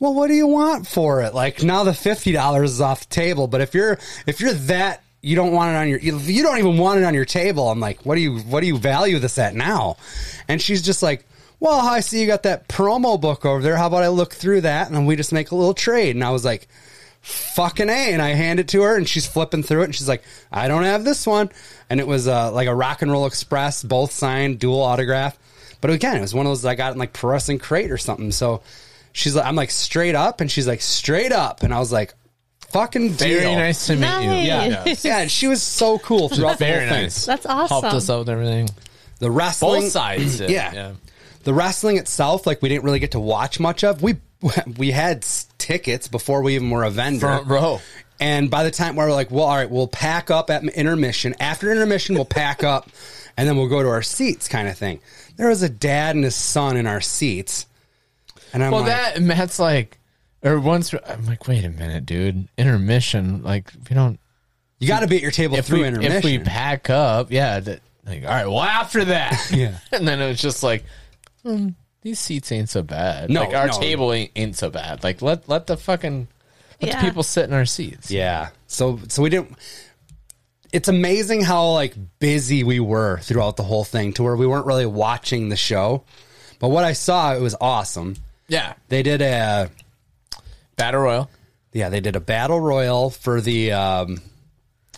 Speaker 1: well, what do you want for it? Like now the fifty dollars is off the table. But if you're if you're that you don't want it on your you you don't even want it on your table. I'm like, what do you what do you value this at now? And she's just like, well, I see you got that promo book over there. How about I look through that and then we just make a little trade? And I was like, fucking a. And I hand it to her and she's flipping through it and she's like, I don't have this one. And it was uh, like a Rock and Roll Express, both signed, dual autograph. But again, it was one of those I got in like pro wrestling crate or something. So she's like, I'm like straight up, and she's like straight up, and I was like, fucking deal.
Speaker 2: very [LAUGHS] nice to meet you. [LAUGHS]
Speaker 3: Nice.
Speaker 2: Yeah.
Speaker 1: Yeah, and she was so cool throughout the whole
Speaker 2: very
Speaker 1: thing.
Speaker 2: nice.
Speaker 3: That's awesome.
Speaker 2: Helped us out with everything.
Speaker 1: The
Speaker 2: Both
Speaker 1: wrestling
Speaker 2: sides. did,
Speaker 1: Yeah. the wrestling itself, like we didn't really get to watch much of. We [LAUGHS] we had s- tickets before we even were a vendor.
Speaker 2: Front row.
Speaker 1: And by the time we we're like, well, all right, we'll pack up at intermission. After intermission, we'll pack up, [LAUGHS] and then we'll go to our seats, kind of thing. There was a dad and his son in our seats, and I'm
Speaker 2: Well,
Speaker 1: like,
Speaker 2: that Matt's like, or once I'm like, wait a minute, dude. Intermission. Like, we don't.
Speaker 1: you got to be at your table
Speaker 2: If
Speaker 1: through
Speaker 2: we
Speaker 1: intermission.
Speaker 2: if we pack up, yeah. That, like, all right. Well, after that,
Speaker 1: [LAUGHS] Yeah.
Speaker 2: [LAUGHS] And then it was just like, hmm, these seats ain't so bad.
Speaker 1: No,
Speaker 2: like our
Speaker 1: no.
Speaker 2: table ain't, ain't so bad. Like let let the fucking let
Speaker 3: Yeah.
Speaker 2: the people sit in our seats.
Speaker 1: Yeah. So so we didn't it's amazing how like busy we were throughout the whole thing to where we weren't really watching the show. But what I saw it was awesome.
Speaker 2: Yeah.
Speaker 1: They did a
Speaker 2: Battle Royal.
Speaker 1: yeah, they did a battle royal for the um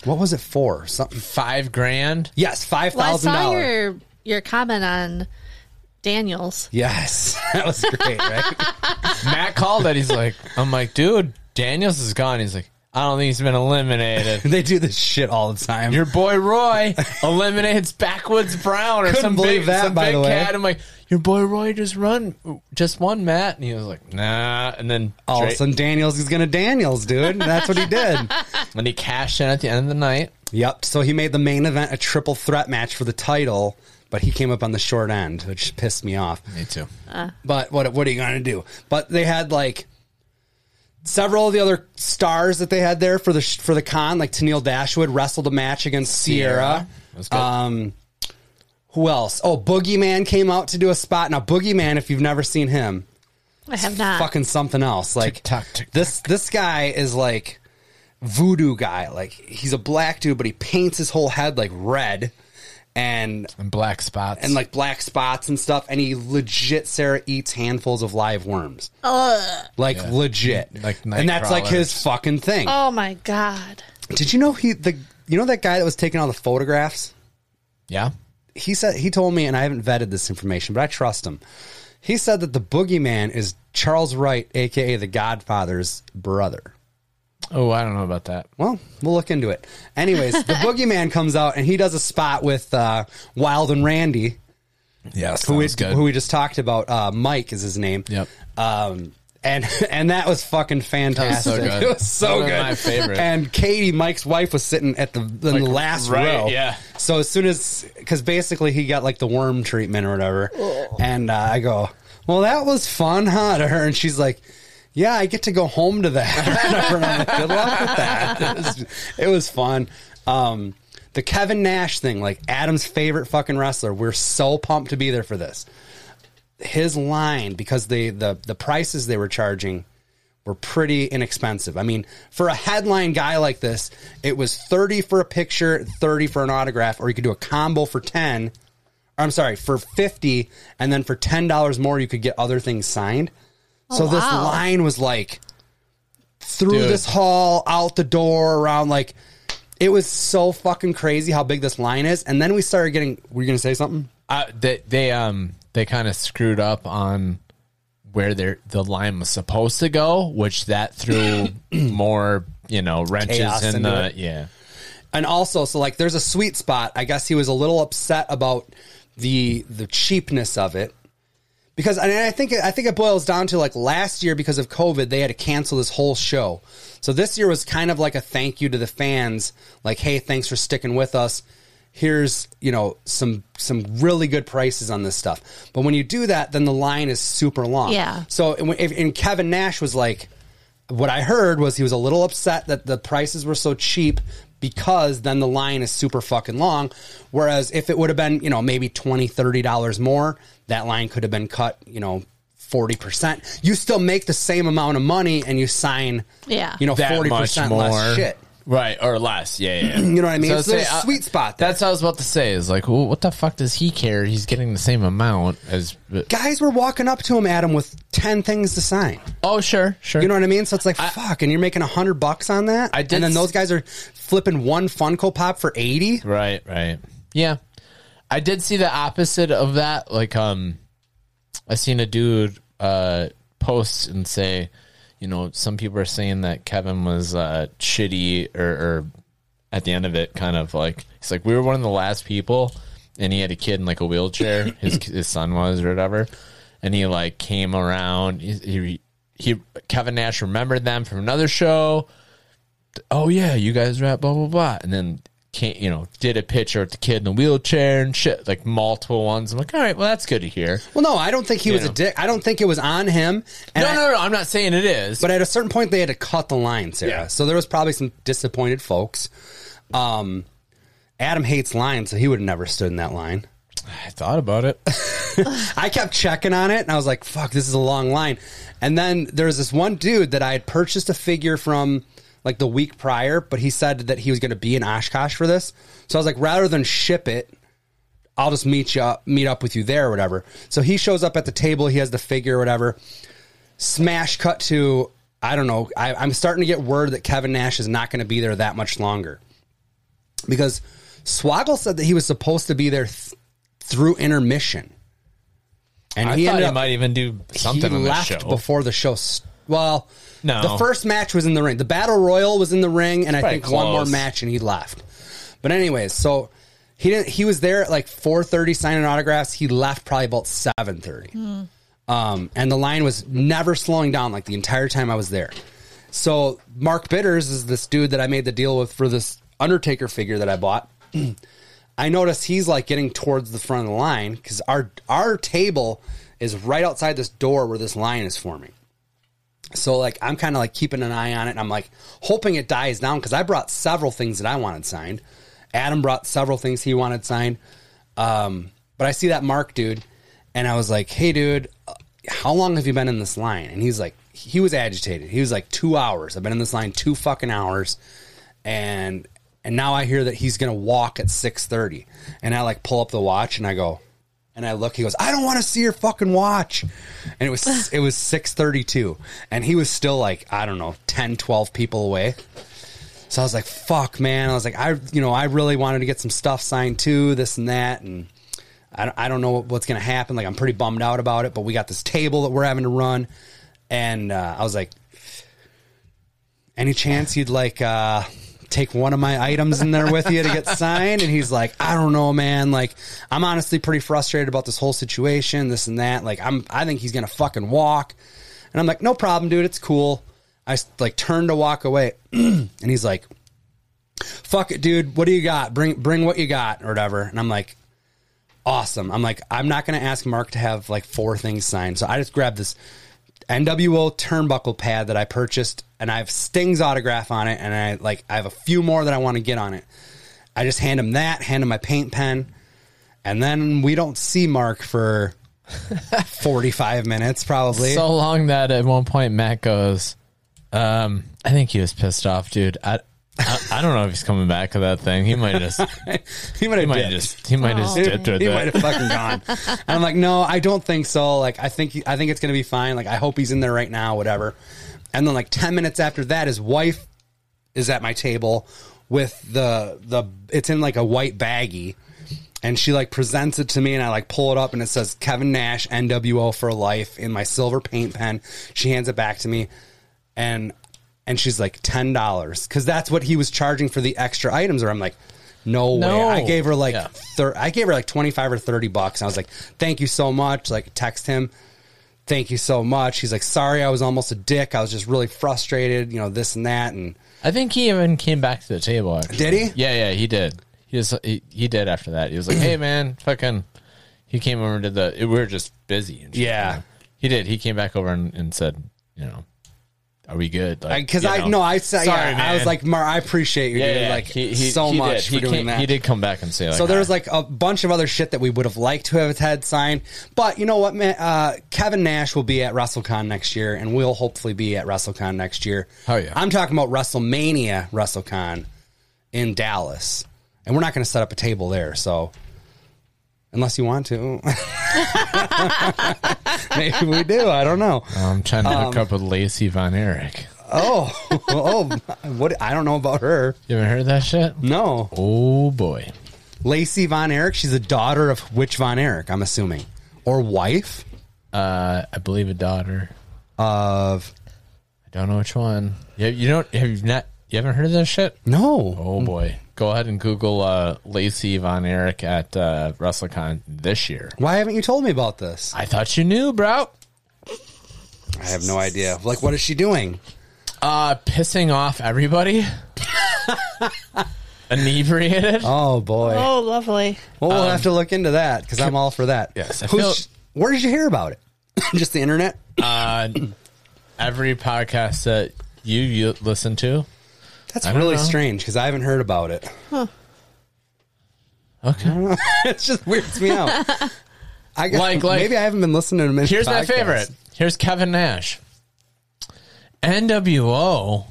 Speaker 1: what was it for? Something
Speaker 2: Five grand.
Speaker 1: Yes, five
Speaker 3: Well, I
Speaker 1: thousand
Speaker 3: saw
Speaker 1: dollars.
Speaker 3: your your comment on Daniels.
Speaker 1: Yes. [LAUGHS] That was great, right? [LAUGHS]
Speaker 2: Matt called it. He's like, I'm like, dude, Daniels is gone. He's like, I don't think he's been eliminated.
Speaker 1: they do this shit all the time.
Speaker 2: Your
Speaker 1: [LAUGHS]
Speaker 2: boy Roy eliminates Backwoods Brown or
Speaker 1: Couldn't
Speaker 2: some
Speaker 1: believe
Speaker 2: big,
Speaker 1: that,
Speaker 2: some
Speaker 1: by
Speaker 2: big
Speaker 1: the way.
Speaker 2: cat. I'm like, your boy Roy just run, just won Matt, and he was like, nah. And then
Speaker 1: all of a
Speaker 2: Drake-
Speaker 1: sudden Daniels is gonna Daniels, dude. And that's what he did.
Speaker 2: when he cashed in at the end of the night,
Speaker 1: Yep. So he made the main event a triple threat match for the title, but he came up on the short end, which pissed me off.
Speaker 2: me too.
Speaker 1: But what what are you going to do? But they had like several of the other stars that they had there for the sh- for the con, like Tennille Dashwood wrestled a match against Sierra.
Speaker 2: That's good.
Speaker 1: Um, who else? Oh, Boogeyman came out to do a spot. Now Boogeyman, if you've never seen him,
Speaker 3: I have not.
Speaker 1: fucking something else. Like
Speaker 2: Ah. Tick-tock, tick-tock.
Speaker 1: this this guy is like voodoo guy. Like he's a black dude, but he paints his whole head like red and
Speaker 2: and black spots
Speaker 1: and like black spots and stuff. And he legit Sarah eats handfuls of live worms. Like
Speaker 2: Yeah.
Speaker 1: legit.
Speaker 2: Like night
Speaker 1: and that's like his
Speaker 2: crawlers.
Speaker 1: fucking thing.
Speaker 3: oh my god.
Speaker 1: Did you know he the you know that guy that was taking all the photographs?
Speaker 2: yeah.
Speaker 1: he said he told me, and I haven't vetted this information, but I trust him. He said that the boogeyman is Charles Wright, aka the Godfather's brother.
Speaker 2: Oh, I don't know about that.
Speaker 1: Well, we'll look into it. Anyways, the boogeyman comes out and he does a spot with uh, Wild and Randy,
Speaker 2: Yes,
Speaker 1: who we, who we just talked about. Uh, Mike is his name.
Speaker 2: Yep.
Speaker 1: Um, and [LAUGHS] and that was fucking fantastic.
Speaker 2: so
Speaker 1: [LAUGHS]
Speaker 2: good.
Speaker 1: It was so
Speaker 2: One of
Speaker 1: good.
Speaker 2: my favorite.
Speaker 1: And Katie, Mike's wife, was sitting at the in the last
Speaker 2: right,
Speaker 1: row.
Speaker 2: yeah.
Speaker 1: So as soon as, because basically he got like the worm treatment or whatever, and uh, I go, well, that was fun, huh? To her, and she's like. Yeah, I get to go home to that. [LAUGHS] And I'm like, Good luck with that. It was, it was fun. Um, the Kevin Nash thing, like Adam's favorite fucking wrestler. We're so pumped to be there for this his line because the the the prices they were charging were pretty inexpensive. I mean, for a headline guy like this, it was 30 for a picture, 30 for an autograph, or you could do a combo for 10. Or I'm sorry, for 50 and then for $10 more you could get other things signed. so this
Speaker 3: wow.
Speaker 1: line was like through
Speaker 2: Dude.
Speaker 1: this hall, out the door, around like it was so fucking crazy how big this line is. And then we started getting were you going to say something?
Speaker 2: Uh, they they um they kind of screwed up on where their the line was supposed to go, which
Speaker 1: [CLEARS THROAT]
Speaker 2: that threw more you know wrenches
Speaker 1: Chaos
Speaker 2: in
Speaker 1: into
Speaker 2: the
Speaker 1: it.
Speaker 2: yeah.
Speaker 1: and also so like there's a sweet spot i guess he was a little upset about the the cheapness of it because and i think i think it boils down to like last year because of covid they had to cancel this whole show so this year was kind of like a thank you to the fans like hey thanks for sticking with us here's you know some some really good prices on this stuff but when you do that then the line is super long
Speaker 3: Yeah.
Speaker 1: so and when- if, and kevin nash was like what I heard was he was a little upset that the prices were so cheap because then the line is super fucking long. Whereas if it would have been, you know, maybe $20, $30 more, that line could have been cut, you know, 40%. You still make the same amount of money and you sign,
Speaker 3: Yeah.
Speaker 1: you know,
Speaker 2: that
Speaker 1: 40%
Speaker 2: much more.
Speaker 1: less shit.
Speaker 2: Right, or less. Yeah, yeah.
Speaker 1: [CLEARS THROAT] You know what I mean?
Speaker 2: So
Speaker 1: So
Speaker 2: say,
Speaker 1: there's a
Speaker 2: uh,
Speaker 1: sweet spot there.
Speaker 2: That's what I was about to say. Is like, well, what the fuck does he care? He's getting the same amount as. uh,
Speaker 1: Guys were walking up to him, Adam, with 10 things to sign.
Speaker 2: Oh, sure, sure.
Speaker 1: You know what I mean? So it's like, fuck, and you're making 100 bucks on that?
Speaker 2: I did
Speaker 1: and then
Speaker 2: s-
Speaker 1: those guys are flipping one Funko Pop for 80?
Speaker 2: Right, right. Yeah. I did see the opposite of that. Like um I seen a dude uh post and say, you know, some people are saying that Kevin was uh shitty or, or at the end of it kind of like it's like we were one of the last people and he had a kid in like a wheelchair, his his son was or whatever. And he like came around. He, he, he Kevin Nash remembered them from another show oh yeah, you guys rap blah blah blah, and then can't you know did a picture with the kid in the wheelchair and shit like multiple ones. I'm like, all right, well that's good to hear.
Speaker 1: Well, no, I don't think he was
Speaker 2: know.
Speaker 1: a dick. I don't think it was on him. And
Speaker 2: no,
Speaker 1: I-
Speaker 2: no, no, I'm not saying it is.
Speaker 1: But at a certain point, they had to cut the line, Sarah.
Speaker 2: Yeah.
Speaker 1: So there was probably some disappointed folks. Um, Adam hates lines, so he would have never stood in that line.
Speaker 2: I thought about it.
Speaker 1: I kept checking on it, and I was like, "Fuck, this is a long line." And then there was this one dude that I had purchased a figure from like the week prior, but he said that he was going to be in Oshkosh for this. So I was like, rather than ship it, I'll just meet you up, meet up with you there, or whatever. So he shows up at the table. He has the figure, or whatever. Smash cut to I don't know. I, I'm starting to get word that Kevin Nash is not going to be there that much longer because Swaggle said that he was supposed to be there th- through intermission. And
Speaker 2: I
Speaker 1: he
Speaker 2: thought
Speaker 1: ended
Speaker 2: he
Speaker 1: up,
Speaker 2: might even do something
Speaker 1: he
Speaker 2: on the
Speaker 1: left
Speaker 2: show.
Speaker 1: before the show. St- well,
Speaker 2: No.
Speaker 1: the first match was in the ring. The battle royal was in the ring, and I
Speaker 2: Pretty
Speaker 1: think one more
Speaker 2: close.
Speaker 1: match, and he left. But anyways, so he didn't. He was there at like four thirty signing autographs. He left probably about seven thirty. Um, and the line was never slowing down like the entire time I was there. So Mark Bitters is this dude that I made the deal with for this Undertaker figure that I bought. [CLEARS THROAT] I notice he's like getting towards the front of the line because our our table is right outside this door where this line is forming. So like I'm kind of like keeping an eye on it, and I'm like hoping it dies down because I brought several things that I wanted signed. Adam brought several things he wanted signed, um, but I see that Mark dude, and I was like, "Hey, dude, uh, how long have you been in this line?" And he's like, he was agitated. He was like, two hours. I've been in this line two fucking hours, and and now I hear that he's gonna walk at six thirty, and I like pull up the watch and I go, and I look. He goes, "I don't want to see your fucking watch," and it was it was six thirty two, and he was still like I don't know 10, 12 people away. So I was like, "Fuck, man!" I was like, "I you know I really wanted to get some stuff signed too, this and that," and I don't, I don't know what's going to happen. Like, I'm pretty bummed out about it, but we got this table that we're having to run. And uh, I was like, any chance you'd like uh, take one of my items in there with you to get signed? And he's like, I don't know, man. Like, I'm honestly pretty frustrated about this whole situation, this and that. Like, I'm, I think he's going to fucking walk. And I'm like, no problem, dude. It's cool. I like turned to walk away, and he's like, "Fuck it, dude. What do you got? Bring bring what you got or whatever." And I'm like, "Awesome." I'm like, "I'm not going to ask Mark to have like four things signed." So I just grabbed this NWO turnbuckle pad that I purchased, and I have Sting's autograph on it, and I like I have a few more that I want to get on it. I just hand him that, hand him my paint pen, and then we don't see Mark [LAUGHS] for. 45 minutes probably
Speaker 2: so long that at one point Matt goes, um, I think he was pissed off, dude. I, I, I don't know if he's coming back to that thing. He might just,
Speaker 1: [LAUGHS] he might
Speaker 2: he
Speaker 1: have [LAUGHS]
Speaker 2: might
Speaker 1: dipped.
Speaker 2: just, he might just
Speaker 3: Oh.
Speaker 2: dipped with
Speaker 1: he
Speaker 2: that.
Speaker 1: might have fucking gone. And I'm like, no, I don't think so. Like, I think I think it's gonna be fine. Like, I hope he's in there right now, whatever. And then like ten minutes after that, his wife is at my table with the the it's in like a white baggie. And she like presents it to me, and I like pull it up, and it says Kevin Nash NWO for life in my silver paint pen. She hands it back to me, and and she's like ten dollars because that's what he was charging for the extra items. Or I'm like, no, way.
Speaker 2: No.
Speaker 1: I gave her like
Speaker 2: Yeah.
Speaker 1: thir- I gave her like 25 or 30 bucks. And I was like, thank you so much. Like, text him, thank you so much. He's like, sorry, I was almost a dick. I was just really frustrated, you know, this and that. And
Speaker 2: I think he even came back to the table. Actually.
Speaker 1: Did he?
Speaker 2: Yeah, yeah, he did. He just he, he did after that. He was like, "Hey, man, fucking." He came over and did the. We were just busy. And shit,
Speaker 1: Yeah.
Speaker 2: you know. he did. He came back over and, and said, "You know, are we good?" Like,
Speaker 1: because
Speaker 2: you
Speaker 1: I, no, I said,
Speaker 2: Sorry,
Speaker 1: yeah, I
Speaker 2: man.
Speaker 1: was like, Mar, I appreciate you,
Speaker 2: yeah,
Speaker 1: dude.
Speaker 2: yeah,
Speaker 1: Like,
Speaker 2: he, he,
Speaker 1: so
Speaker 2: he
Speaker 1: much
Speaker 2: did.
Speaker 1: for
Speaker 2: he
Speaker 1: doing
Speaker 2: came-
Speaker 1: that.
Speaker 2: He did come back and say, like,
Speaker 1: So there's
Speaker 2: "Hi."
Speaker 1: like a bunch of other shit that we would have liked to have had signed. But you know what, man? Uh, Kevin Nash will be at WrestleCon next year, and we'll hopefully be at WrestleCon next year.
Speaker 2: Oh, yeah.
Speaker 1: I'm talking about WrestleMania WrestleCon in Dallas, and we're not going to set up a table there. So unless you want to, [LAUGHS] maybe we do. I don't know. [LAUGHS]
Speaker 2: I'm trying to
Speaker 1: um,
Speaker 2: hook up with Lacey Von Erich.
Speaker 1: Oh, oh, what? I don't know about her.
Speaker 2: You haven't heard that shit?
Speaker 1: No,
Speaker 2: Oh boy,
Speaker 1: Lacey Von Erich. She's the daughter of which Von Erich? I'm assuming, or wife.
Speaker 2: uh, I believe a daughter.
Speaker 1: of
Speaker 2: I don't know which one. You, you don't have you not you haven't heard of that shit?
Speaker 1: no
Speaker 2: Oh boy. Go ahead and Google uh, Lacey Von Erich at uh, WrestleCon this year.
Speaker 1: why haven't you told me about this
Speaker 2: I thought you knew, bro.
Speaker 1: i have no idea like what is she doing
Speaker 2: Uh, pissing off everybody. [LAUGHS] Inebriated.
Speaker 1: oh boy
Speaker 3: Oh, lovely.
Speaker 1: well we'll have to look into that because i'm all for that
Speaker 2: Yes, I
Speaker 1: Who's,
Speaker 2: feel-
Speaker 1: where did you hear about it [LAUGHS] just the internet
Speaker 2: Uh, Every podcast that you, you listen to.
Speaker 1: that's
Speaker 2: don't
Speaker 1: really
Speaker 2: know.
Speaker 1: strange because i haven't heard about it [LAUGHS]
Speaker 2: Okay.
Speaker 1: it just weirds [LAUGHS] me out I guess,
Speaker 2: Like- like-
Speaker 1: maybe i haven't been listening to many
Speaker 2: Here's my
Speaker 1: podcasts.
Speaker 2: favorite. Here's Kevin Nash. NWO.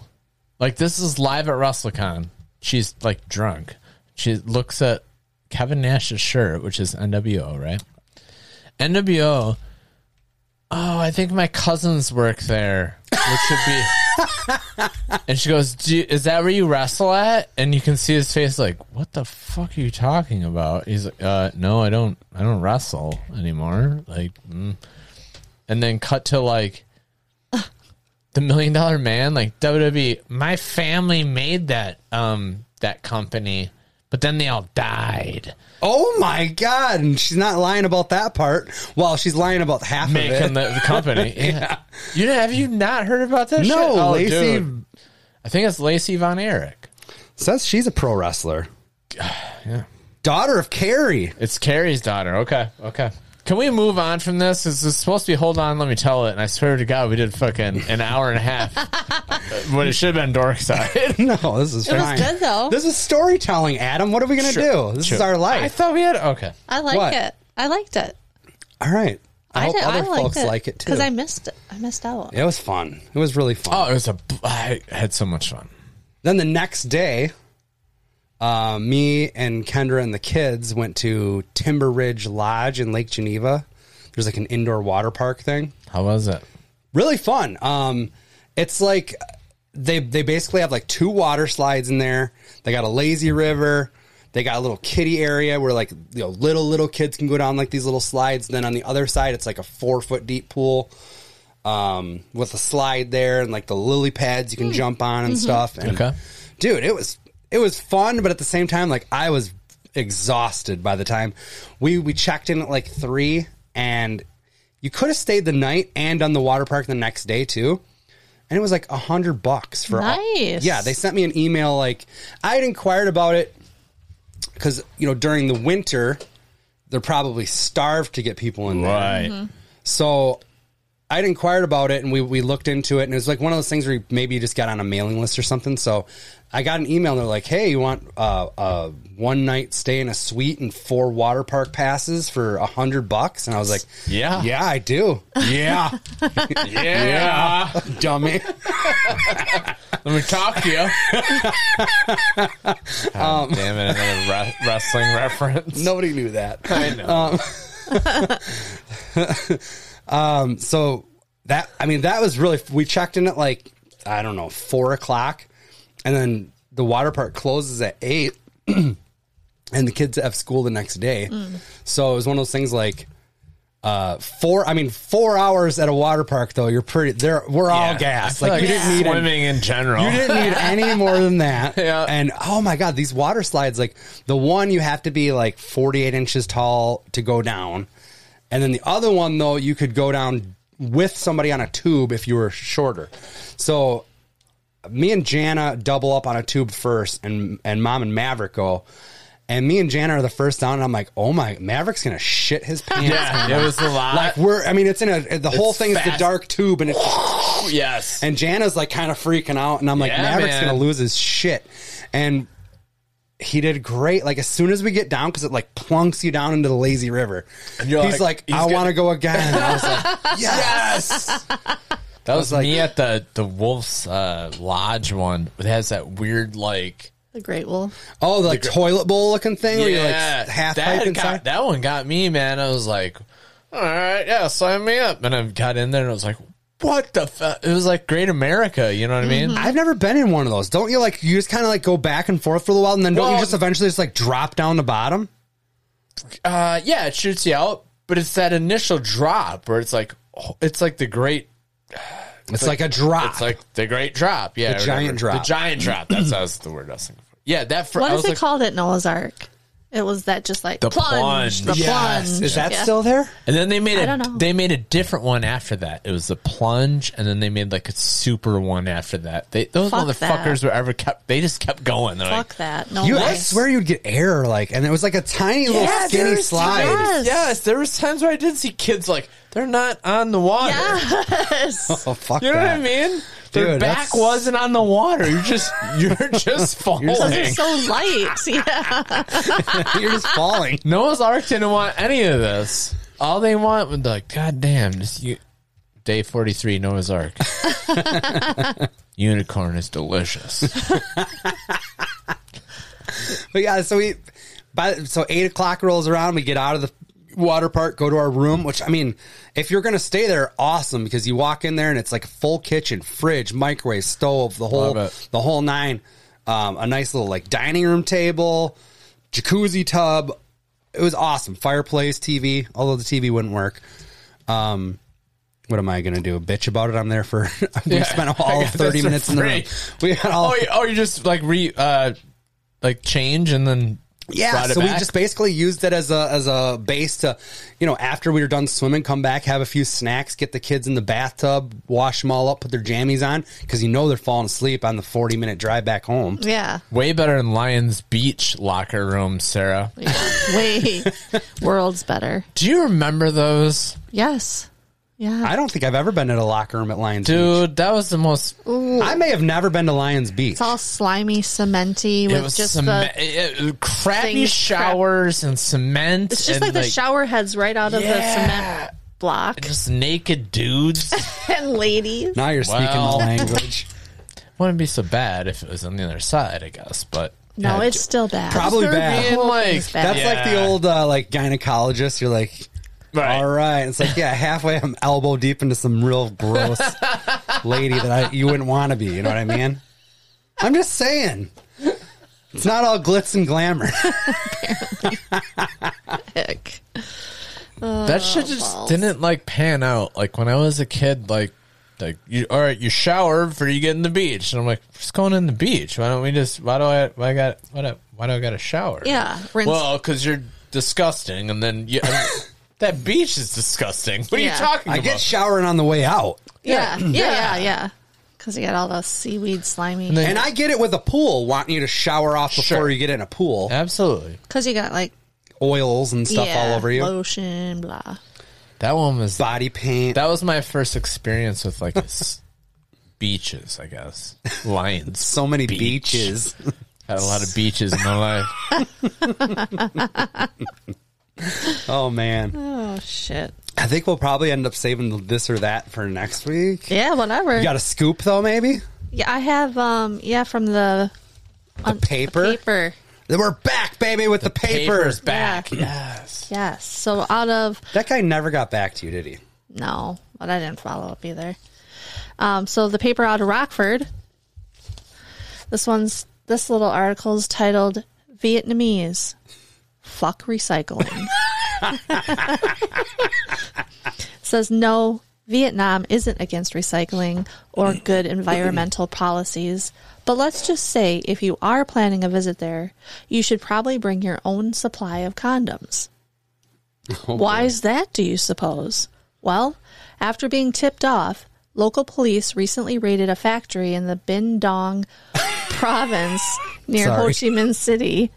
Speaker 2: Like this is live at WrestleCon. She's like drunk. She looks at Kevin Nash's shirt, which is NWO, right? NWO. Oh, I think my cousins work there. Which should be. and she goes, Do you, "Is that where you wrestle at?" And you can see his face, like, "What the fuck are you talking about?" He's like, uh, "No, I don't. I don't wrestle anymore." Like, mm. and then cut to like the Million Dollar Man, like WWE. My family made that um that company, but then they all died
Speaker 1: oh my god and she's not lying about that part well she's lying about half of it
Speaker 2: making the, the
Speaker 1: [LAUGHS]
Speaker 2: company. yeah. you have you not heard about that? shit?
Speaker 1: no
Speaker 2: Oh,
Speaker 1: lacey
Speaker 2: dude. I think it's Lacey Von Erich.
Speaker 1: says she's a pro wrestler
Speaker 2: [SIGHS] yeah.
Speaker 1: daughter of carrie [LAUGHS]
Speaker 2: It's Carrie's daughter. Okay. Okay. Can we move on from this? Is this supposed to be hold on, let me tell it? And I swear to God, we did fucking an hour and
Speaker 1: [LAUGHS]
Speaker 2: a half. but it should have been dork side.
Speaker 1: No, this is
Speaker 3: It was
Speaker 1: fine.
Speaker 3: good, though.
Speaker 1: This is storytelling, Adam. What are we gonna do? This is our
Speaker 2: I
Speaker 1: life.
Speaker 2: thought we had okay.
Speaker 3: I like
Speaker 1: What?
Speaker 3: it. I liked it.
Speaker 1: All right. I, hope
Speaker 3: did-
Speaker 1: other
Speaker 3: liked
Speaker 1: folks like it too.
Speaker 3: Because I missed it. I missed out.
Speaker 1: it was fun. It was really fun.
Speaker 2: Oh, it was a I had so much fun.
Speaker 1: Then the next day, uh, me and Kendra and the kids went to Timber Ridge Lodge in Lake Geneva. There's like an indoor water park thing.
Speaker 2: How was it?
Speaker 1: really fun. Um, it's like they they basically have like two water slides in there. They got a lazy river. They got a little kiddie area where like you know little little kids can go down like these little slides. Then on the other side, it's like a four foot deep pool um, with a slide there and like the lily pads you can jump on and stuff. And
Speaker 2: Okay.
Speaker 1: dude, it was it was fun, but at the same time, like I was exhausted by the time we we checked in at like three, and you could have stayed the night and done the water park the next day too. And it was like a hundred bucks for all-
Speaker 3: Nice.
Speaker 1: yeah, they sent me an email like I had inquired about it because you know during the winter they're probably starved to get people in there.
Speaker 2: Right.
Speaker 1: So I'd inquired about it and we, we looked into it and it was like one of those things where you maybe you just got on a mailing list or something. So I got an email and they're like, hey, you want uh, a one night stay in a suite and four water park passes for a hundred bucks? And I was like,
Speaker 2: Yeah.
Speaker 1: yeah, I do. yeah,
Speaker 2: Yeah.
Speaker 1: dummy.
Speaker 2: Let me talk to you. Um, God damn it. Another re- wrestling
Speaker 1: [LAUGHS]
Speaker 2: reference.
Speaker 1: Nobody knew that.
Speaker 2: [LAUGHS] I know.
Speaker 1: so that I mean that was really we checked in at like I don't know four o'clock, and then the water park closes at eight, [CLEARS THROAT] and the kids have school the next day. So it was one of those things like uh four I mean four hours at a water park though you're pretty there we're all gassed like, you didn't need a,
Speaker 2: swimming in general.
Speaker 1: you didn't need any more than that.
Speaker 2: [LAUGHS] Yeah.
Speaker 1: And oh my god, these water slides like the one you have to be like 48 inches tall to go down. And then the other one though you could go down with somebody on a tube if you were shorter. So me and Jana double up on a tube first and and mom and Maverick go and me and Jana are the first down and I'm like, "Oh my, Maverick's going to shit
Speaker 2: [LAUGHS]
Speaker 1: his pants."
Speaker 2: Yeah, it was a lot.
Speaker 1: Like we're I mean it's in a the whole
Speaker 2: It's
Speaker 1: thing is the
Speaker 2: fast.
Speaker 1: dark tube and it's
Speaker 2: yes.
Speaker 1: and Jana's like kind of freaking out, and I'm like,
Speaker 2: Yeah,
Speaker 1: Maverick's
Speaker 2: man.
Speaker 1: gonna lose his shit. And he did great. Like as soon as we get down, because it like plunks you down into the lazy river.
Speaker 2: you're
Speaker 1: he's
Speaker 2: like,
Speaker 1: like,
Speaker 2: he's
Speaker 1: I
Speaker 2: gonna-
Speaker 1: want to go again. And I was
Speaker 2: [LAUGHS]
Speaker 1: like, yes.
Speaker 2: that was,
Speaker 1: like-
Speaker 2: me at the the Wolf's uh, Lodge one. It has that weird like
Speaker 3: The Great Wolf.
Speaker 1: Oh, the like, toilet bowl looking thing where you like half pipe
Speaker 2: that,
Speaker 1: inside.
Speaker 2: got, that one got me, man. I was like, all right, yeah, sign me up. And I got in there and I was like, what the? F-? It was like Great America. You know what I mean?
Speaker 1: I've never been in one of those. Don't you like you just kind of like go back and forth for a little while, and then don't you
Speaker 2: Well-
Speaker 1: just eventually just like drop down the bottom?
Speaker 2: Uh, yeah, it shoots you out, but it's that initial drop where it's like, oh, it's like the great
Speaker 1: It's, like, a drop.
Speaker 2: It's like the great drop. Yeah,
Speaker 1: The
Speaker 2: or
Speaker 1: giant
Speaker 2: whatever.
Speaker 1: drop.
Speaker 2: The giant
Speaker 1: [CLEARS THROAT]
Speaker 2: drop. That's that's the word I was thinking. For. Yeah, that. Fr-
Speaker 3: What
Speaker 2: I
Speaker 3: is
Speaker 2: was
Speaker 3: it
Speaker 2: like,
Speaker 3: called at Noah's Ark? It was that just like
Speaker 2: The plunge.
Speaker 3: plunge. The
Speaker 1: Yes.
Speaker 3: plunge.
Speaker 1: Is that
Speaker 3: Yeah.
Speaker 1: still there?
Speaker 2: And then they made
Speaker 3: I
Speaker 2: a
Speaker 3: don't know.
Speaker 2: they made a different one after that. It was the plunge, and then they made like a super one after that. They those
Speaker 3: Fuck that.
Speaker 2: motherfuckers were ever kept. They just kept going. They're
Speaker 3: Fuck that. No
Speaker 1: You, I
Speaker 3: way.
Speaker 1: swear you'd get air like, and it was like a tiny
Speaker 2: like,
Speaker 1: little skinny
Speaker 2: there's
Speaker 1: slide.
Speaker 2: times- Yes, there was times where I did see kids like they're not on the water.
Speaker 3: Yes.
Speaker 1: [LAUGHS] Oh fuck!
Speaker 2: You know
Speaker 1: that.
Speaker 2: what I mean? Their
Speaker 1: Dude,
Speaker 2: back
Speaker 1: that's-
Speaker 2: wasn't on the water. You're just [LAUGHS] you're just falling.
Speaker 1: just-
Speaker 3: Those are so light. [LAUGHS] Yeah.
Speaker 1: [LAUGHS] You're just falling.
Speaker 2: Noah's Ark didn't want any of this. All they want was like, God damn, this you, day 43, Noah's
Speaker 3: [LAUGHS]
Speaker 2: Ark. Unicorn is delicious.
Speaker 1: But yeah, so we by so eight o'clock rolls around, we get out of the water park, go to our room. Which I mean, if you're gonna stay there, awesome because you walk in there and it's like a full kitchen, fridge, microwave, stove, the whole
Speaker 2: Love it.
Speaker 1: the whole nine. Um, a nice little like dining room table, jacuzzi tub. It was awesome. Fireplace, TV. Although the TV wouldn't work. Um, what am I gonna do? Bitch about it? I'm there for. [LAUGHS] we
Speaker 2: Yeah.
Speaker 1: spent
Speaker 2: [LAUGHS] I
Speaker 1: all
Speaker 2: got
Speaker 1: thirty
Speaker 2: this for
Speaker 1: minutes in the room.
Speaker 2: free.
Speaker 1: We got all
Speaker 2: oh, you, oh, you just like re, uh, like change and then
Speaker 1: Yeah,
Speaker 2: brought it
Speaker 1: so we
Speaker 2: back?
Speaker 1: just basically used it as a as a base to, you know, after we were done swimming, come back, have a few snacks, get the kids in the bathtub, wash them all up, put their jammies on, because you know they're falling asleep on the forty minute drive back home.
Speaker 3: Yeah.
Speaker 2: way better than Lions Beach locker room, Sarah.
Speaker 3: [LAUGHS] Yeah. Way worlds better.
Speaker 2: Do you remember those?
Speaker 3: Yes. Yeah.
Speaker 1: I don't think I've ever been in a locker room at Lions
Speaker 2: Dude, that was the most.
Speaker 1: Beach. I may have never been to Lions Beach.
Speaker 3: It's all slimy, cementy
Speaker 2: It
Speaker 3: with
Speaker 2: was
Speaker 3: just
Speaker 2: cem-
Speaker 3: the.
Speaker 2: it- it- crappy
Speaker 3: things-
Speaker 2: showers and cement.
Speaker 3: It's just
Speaker 2: and,
Speaker 3: like the shower heads right out of the
Speaker 2: Yeah.
Speaker 3: cement block
Speaker 2: Just naked dudes.
Speaker 3: [LAUGHS] and ladies.
Speaker 1: now you're speaking
Speaker 2: Wow.
Speaker 1: the
Speaker 2: [LAUGHS]
Speaker 1: language.
Speaker 2: wouldn't be so bad if it was on the other side, I guess. But
Speaker 3: No,
Speaker 2: Yeah,
Speaker 3: it's still bad.
Speaker 1: Probably
Speaker 2: they're
Speaker 1: bad.
Speaker 2: being like
Speaker 3: thing's bad.
Speaker 1: That's like the
Speaker 2: Yeah.
Speaker 1: old uh, like gynecologist. You're like,
Speaker 2: Right.
Speaker 1: all right. It's like, yeah, halfway I'm elbow deep into some real
Speaker 2: [LAUGHS]
Speaker 1: gross lady that I, you wouldn't want to be. You know what I mean? I'm just saying. It's not all glitz and
Speaker 2: [LAUGHS]
Speaker 1: glamour.
Speaker 3: Heck.
Speaker 2: that shit just
Speaker 3: Oh, balls.
Speaker 2: didn't like pan out. Like when I was a kid, like like you all right, you shower before you get in the beach, and I'm like, we're just going in the beach. Why don't we just? Why do I? Why I got? Why do? Why do I got to shower?
Speaker 3: Yeah, rinse-
Speaker 2: Well, because you're disgusting, and then you. I
Speaker 3: [LAUGHS]
Speaker 2: mean, That beach is disgusting. What are
Speaker 3: Yeah.
Speaker 2: you talking
Speaker 1: I
Speaker 2: about?
Speaker 1: get showering on the way out.
Speaker 3: Yeah,
Speaker 1: [CLEARS THROAT]
Speaker 3: yeah, yeah,
Speaker 2: Yeah.
Speaker 3: yeah. Because you got all those seaweed slimy.
Speaker 2: And then-
Speaker 1: And I get it with a pool, wanting you to shower off before
Speaker 2: Sure.
Speaker 1: you get in a pool.
Speaker 2: Absolutely.
Speaker 3: Because you got like
Speaker 1: Oils and stuff
Speaker 3: yeah,
Speaker 1: all over you.
Speaker 3: lotion, blah.
Speaker 2: That one was
Speaker 1: Body paint.
Speaker 2: that was my first experience with like s- [LAUGHS] beaches, I guess. Lions.
Speaker 1: so many
Speaker 2: Beach.
Speaker 1: beaches. [LAUGHS]
Speaker 2: Had a lot of beaches in my
Speaker 3: [LAUGHS]
Speaker 2: life.
Speaker 1: Oh man.
Speaker 3: Oh shit.
Speaker 1: I think we'll probably end up saving this or that for next week.
Speaker 3: Yeah, whatever.
Speaker 1: You got a scoop though, maybe?
Speaker 3: yeah, I have um, yeah, from the
Speaker 1: The paper.
Speaker 3: paper.
Speaker 1: Then We're back, baby, with the, papers.
Speaker 2: Papers back.
Speaker 3: Yeah.
Speaker 2: Yes.
Speaker 3: Yes. So out of
Speaker 1: That guy never got back to you, did he?
Speaker 3: no, but I didn't follow up either. Um, so the paper out of Rockford. This one's this little article is titled Vietnamese Fuck Recycling. says no, Vietnam isn't against recycling or good environmental policies. But let's just say if you are planning a visit there, you should probably bring your own supply of condoms. Why's that, do you suppose? Well, after being tipped off, local police recently raided a factory in the Bin Dong province near Ho
Speaker 1: Sorry.
Speaker 3: Chi Minh City,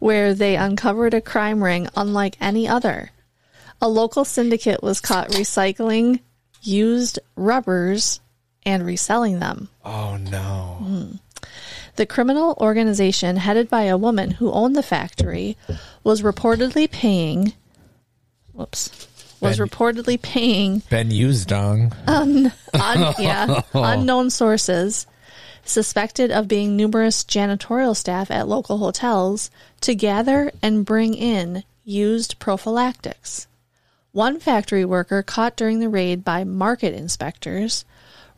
Speaker 3: where they uncovered a crime ring unlike any other. A local syndicate was caught recycling used rubbers and reselling them.
Speaker 2: Oh no.
Speaker 3: The criminal organization, headed by a woman who owned the factory, was reportedly paying. Whoops. Was
Speaker 2: Ben-
Speaker 3: reportedly paying
Speaker 2: Ben Usdong.
Speaker 3: un- yeah, unknown sources suspected of being numerous janitorial staff at local hotels to gather and bring in used prophylactics. One factory worker caught during the raid by market inspectors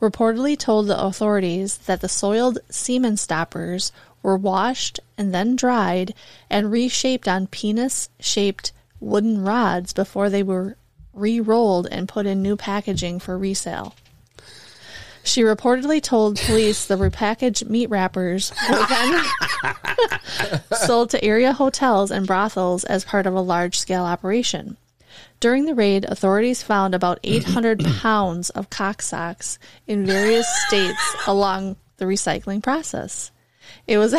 Speaker 3: reportedly told the authorities that the soiled semen stoppers were washed and then dried and reshaped on penis shaped wooden rods before they were re rolled and put in new packaging for resale. She reportedly told police the repackaged meat wrappers were then sold to area hotels and brothels as part of a large scale operation. During the raid, authorities found about 800 pounds of cock socks in various states along the recycling process. It was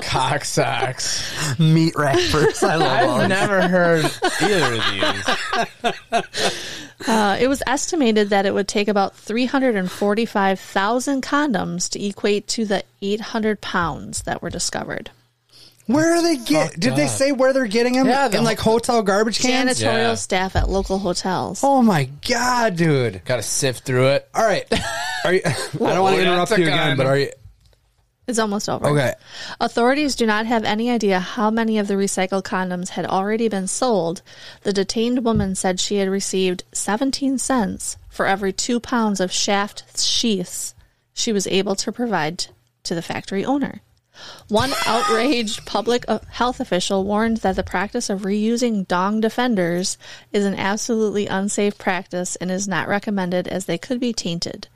Speaker 3: [LAUGHS]
Speaker 2: Cock
Speaker 1: [LAUGHS]
Speaker 2: socks.
Speaker 1: Meat wrappers. I love all
Speaker 2: I've never heard [LAUGHS] either of these.
Speaker 3: uh, it was estimated that it would take about 345,000 condoms to equate to the 800 pounds that were discovered.
Speaker 1: [LAUGHS] Where are they get? Did they
Speaker 2: up.
Speaker 1: say where they're getting them?
Speaker 2: Yeah, the-
Speaker 1: in like hotel garbage cans.
Speaker 3: Janitorial
Speaker 2: Yeah.
Speaker 3: staff at local hotels.
Speaker 1: Oh my god, dude!
Speaker 2: Gotta sift through it.
Speaker 1: All right, [LAUGHS] are you? I don't want to
Speaker 2: Well,
Speaker 1: interrupt
Speaker 2: that's a
Speaker 1: you again,
Speaker 2: gun.
Speaker 1: but are you?
Speaker 3: It's almost over.
Speaker 1: Okay,
Speaker 3: Authorities do not have any idea how many of the recycled condoms had already been sold. The detained woman said she had received 17 cents for every two pounds of shaft sheaths she was able to provide to the factory owner. One outraged public uh, health official warned that the practice of reusing dong defenders is an absolutely unsafe practice and is not recommended as they could be tainted.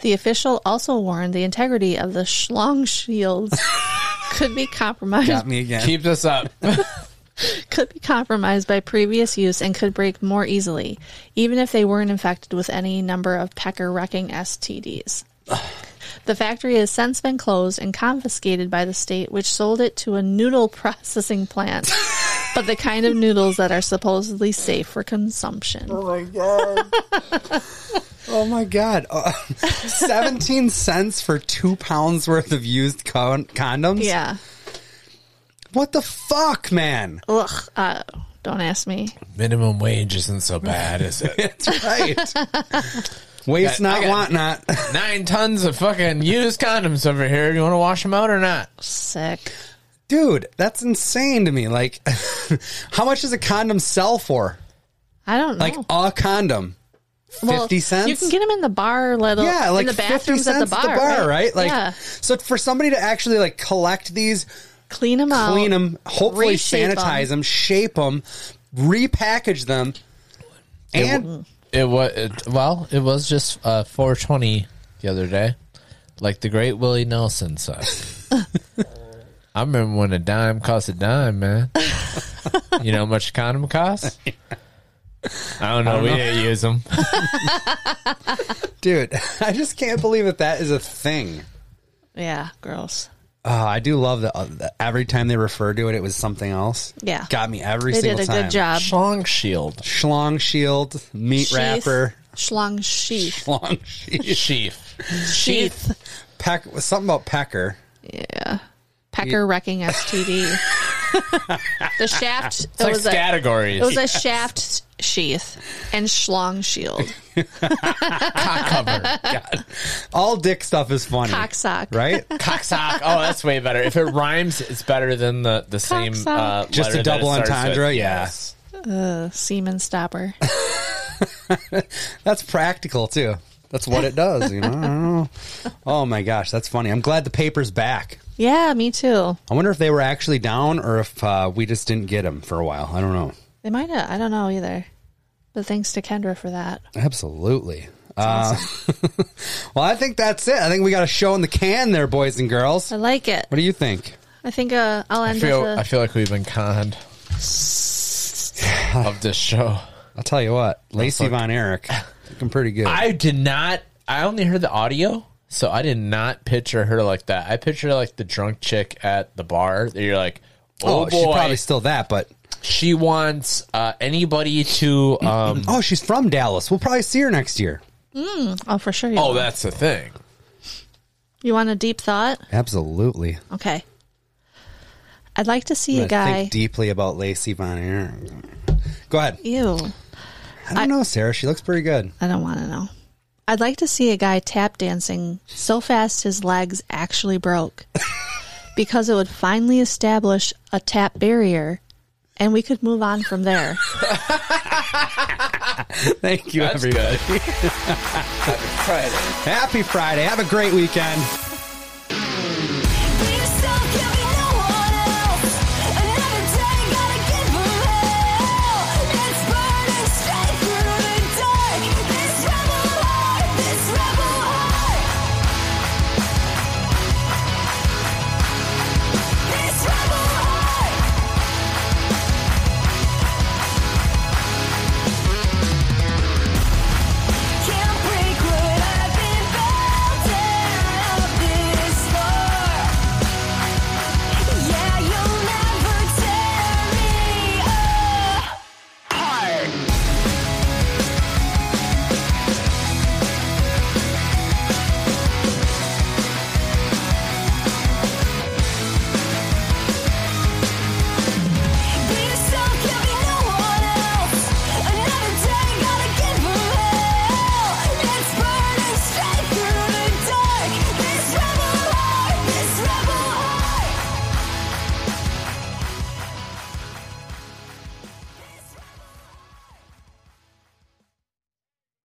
Speaker 3: The official also warned the integrity of the schlong
Speaker 1: [LAUGHS]
Speaker 3: shields could be compromised
Speaker 1: got me again.
Speaker 2: Keep this up.
Speaker 3: could be compromised by previous use and could break more easily, even if they weren't infected with any number of pecker wrecking STDs. The factory has since been closed and confiscated by the state, which sold it to a noodle [LAUGHS] processing plant, but the kind of noodles that are supposedly safe for consumption.
Speaker 1: [LAUGHS] oh my god! oh my god! Uh, [LAUGHS] Seventeen cents for two pounds worth of used con- condoms.
Speaker 3: Yeah.
Speaker 1: What the fuck, man?
Speaker 3: Ugh. Uh, don't ask me.
Speaker 2: [LAUGHS] Minimum wage isn't so bad, is it?
Speaker 1: That's
Speaker 3: [LAUGHS]
Speaker 1: right. Waste
Speaker 2: Got- I
Speaker 1: not,
Speaker 2: got-
Speaker 1: want not.
Speaker 2: [LAUGHS]
Speaker 1: [LAUGHS]
Speaker 2: Nine tons of fucking used condoms over here. You want to wash them out or not?
Speaker 3: Sick.
Speaker 1: Dude, that's insane to me. Like, [LAUGHS] how much does a condom sell for?
Speaker 3: I don't know.
Speaker 1: Like a condom. 50 cents?
Speaker 3: You can get them in the bar, little
Speaker 1: yeah, like
Speaker 3: in the bathrooms
Speaker 1: 50
Speaker 3: at the
Speaker 1: cents
Speaker 3: bar,
Speaker 1: right? Like,
Speaker 3: yeah.
Speaker 1: so for somebody to actually like collect these,
Speaker 3: Clean them out.
Speaker 1: clean them, hopefully
Speaker 3: Oh. reshape 'em.
Speaker 1: sanitize them, shape them, repackage them, and
Speaker 2: It was it, well. It was just uh, 420 the other day, like the great Willie Nelson [LAUGHS] said. I remember when a dime cost a dime, [LAUGHS] man. you know how much a condom [LAUGHS] costs? I don't know. we didn't use them. [LAUGHS]
Speaker 1: dude, [LAUGHS] I just can't believe that that is a thing.
Speaker 3: Yeah, gross.
Speaker 1: Oh, I do love that. uh, that every time they refer to it, it was something else.
Speaker 3: Yeah.
Speaker 1: got me every
Speaker 3: They
Speaker 1: single
Speaker 3: did a
Speaker 1: time.
Speaker 3: good job.
Speaker 2: Schlong shield,
Speaker 1: Schlong shield, meat
Speaker 3: Sheath.
Speaker 1: wrapper, [LAUGHS]
Speaker 3: Schlong sheath.
Speaker 1: schlong sheath,
Speaker 2: sheath.
Speaker 3: Sheath.
Speaker 1: peck. Something about pecker.
Speaker 3: Yeah. Pecker wrecking STD. the shaft.
Speaker 2: It's
Speaker 3: it
Speaker 2: like
Speaker 3: was a,
Speaker 2: categories.
Speaker 3: it was a shaft sheath and schlong shield.
Speaker 2: cock cover,
Speaker 1: All dick stuff is funny.
Speaker 3: Cock sock.
Speaker 1: right?
Speaker 2: cock sock. Oh, that's way better. If it rhymes, it's better than the the same. Uh,
Speaker 3: sock.
Speaker 1: Just
Speaker 2: letter
Speaker 1: a
Speaker 2: that it
Speaker 1: double
Speaker 2: starts with.
Speaker 1: entendre, yeah.
Speaker 2: Yes.
Speaker 3: The semen stopper.
Speaker 1: That's practical too. That's what it does, you know. I don't know. Oh my gosh, that's funny. I'm glad the paper's back.
Speaker 3: Yeah, me too.
Speaker 1: I wonder if they were actually down or if uh, we just didn't get them for a while. I don't know.
Speaker 3: They might have. I don't know either. But thanks to Kendra for that.
Speaker 1: Absolutely. Uh, [LAUGHS] well, I think that's it. I think we got a show in the can there, boys and girls.
Speaker 3: I
Speaker 1: What
Speaker 3: like it.
Speaker 1: do you think?
Speaker 3: I think uh, I'll
Speaker 2: I
Speaker 3: end with
Speaker 2: feel
Speaker 3: a-
Speaker 2: I feel like we've been conned
Speaker 1: [LAUGHS]
Speaker 2: of this show.
Speaker 1: I'll tell you what, Lacey Von Erich, looking pretty good.
Speaker 2: I did not. I only heard the audio, so I did not picture her like that. I pictured her like the drunk chick at the bar. That you're like, oh,
Speaker 1: oh, she's
Speaker 2: boy,
Speaker 1: probably still that, but
Speaker 2: she wants uh, anybody to. Um,
Speaker 1: [CLEARS THROAT] oh, she's from Dallas. We'll probably see her next year.
Speaker 3: Oh, for sure. You
Speaker 2: oh,
Speaker 3: will.
Speaker 2: that's the thing.
Speaker 3: You want a deep thought?
Speaker 1: Absolutely.
Speaker 3: Okay. I'd like to see a
Speaker 1: I
Speaker 3: guy.
Speaker 1: Think deeply about Lacey Von Erich. Go ahead.
Speaker 3: Ew.
Speaker 1: I don't know, Sarah. She looks pretty good.
Speaker 3: I don't want to know. I'd like to see a guy tap dancing so fast his legs actually broke because it would finally establish a tap barrier and we could move on from there.
Speaker 1: Thank you,
Speaker 2: That's
Speaker 1: everybody.
Speaker 2: good. [LAUGHS] Happy Friday.
Speaker 1: Happy Friday. Have a great weekend.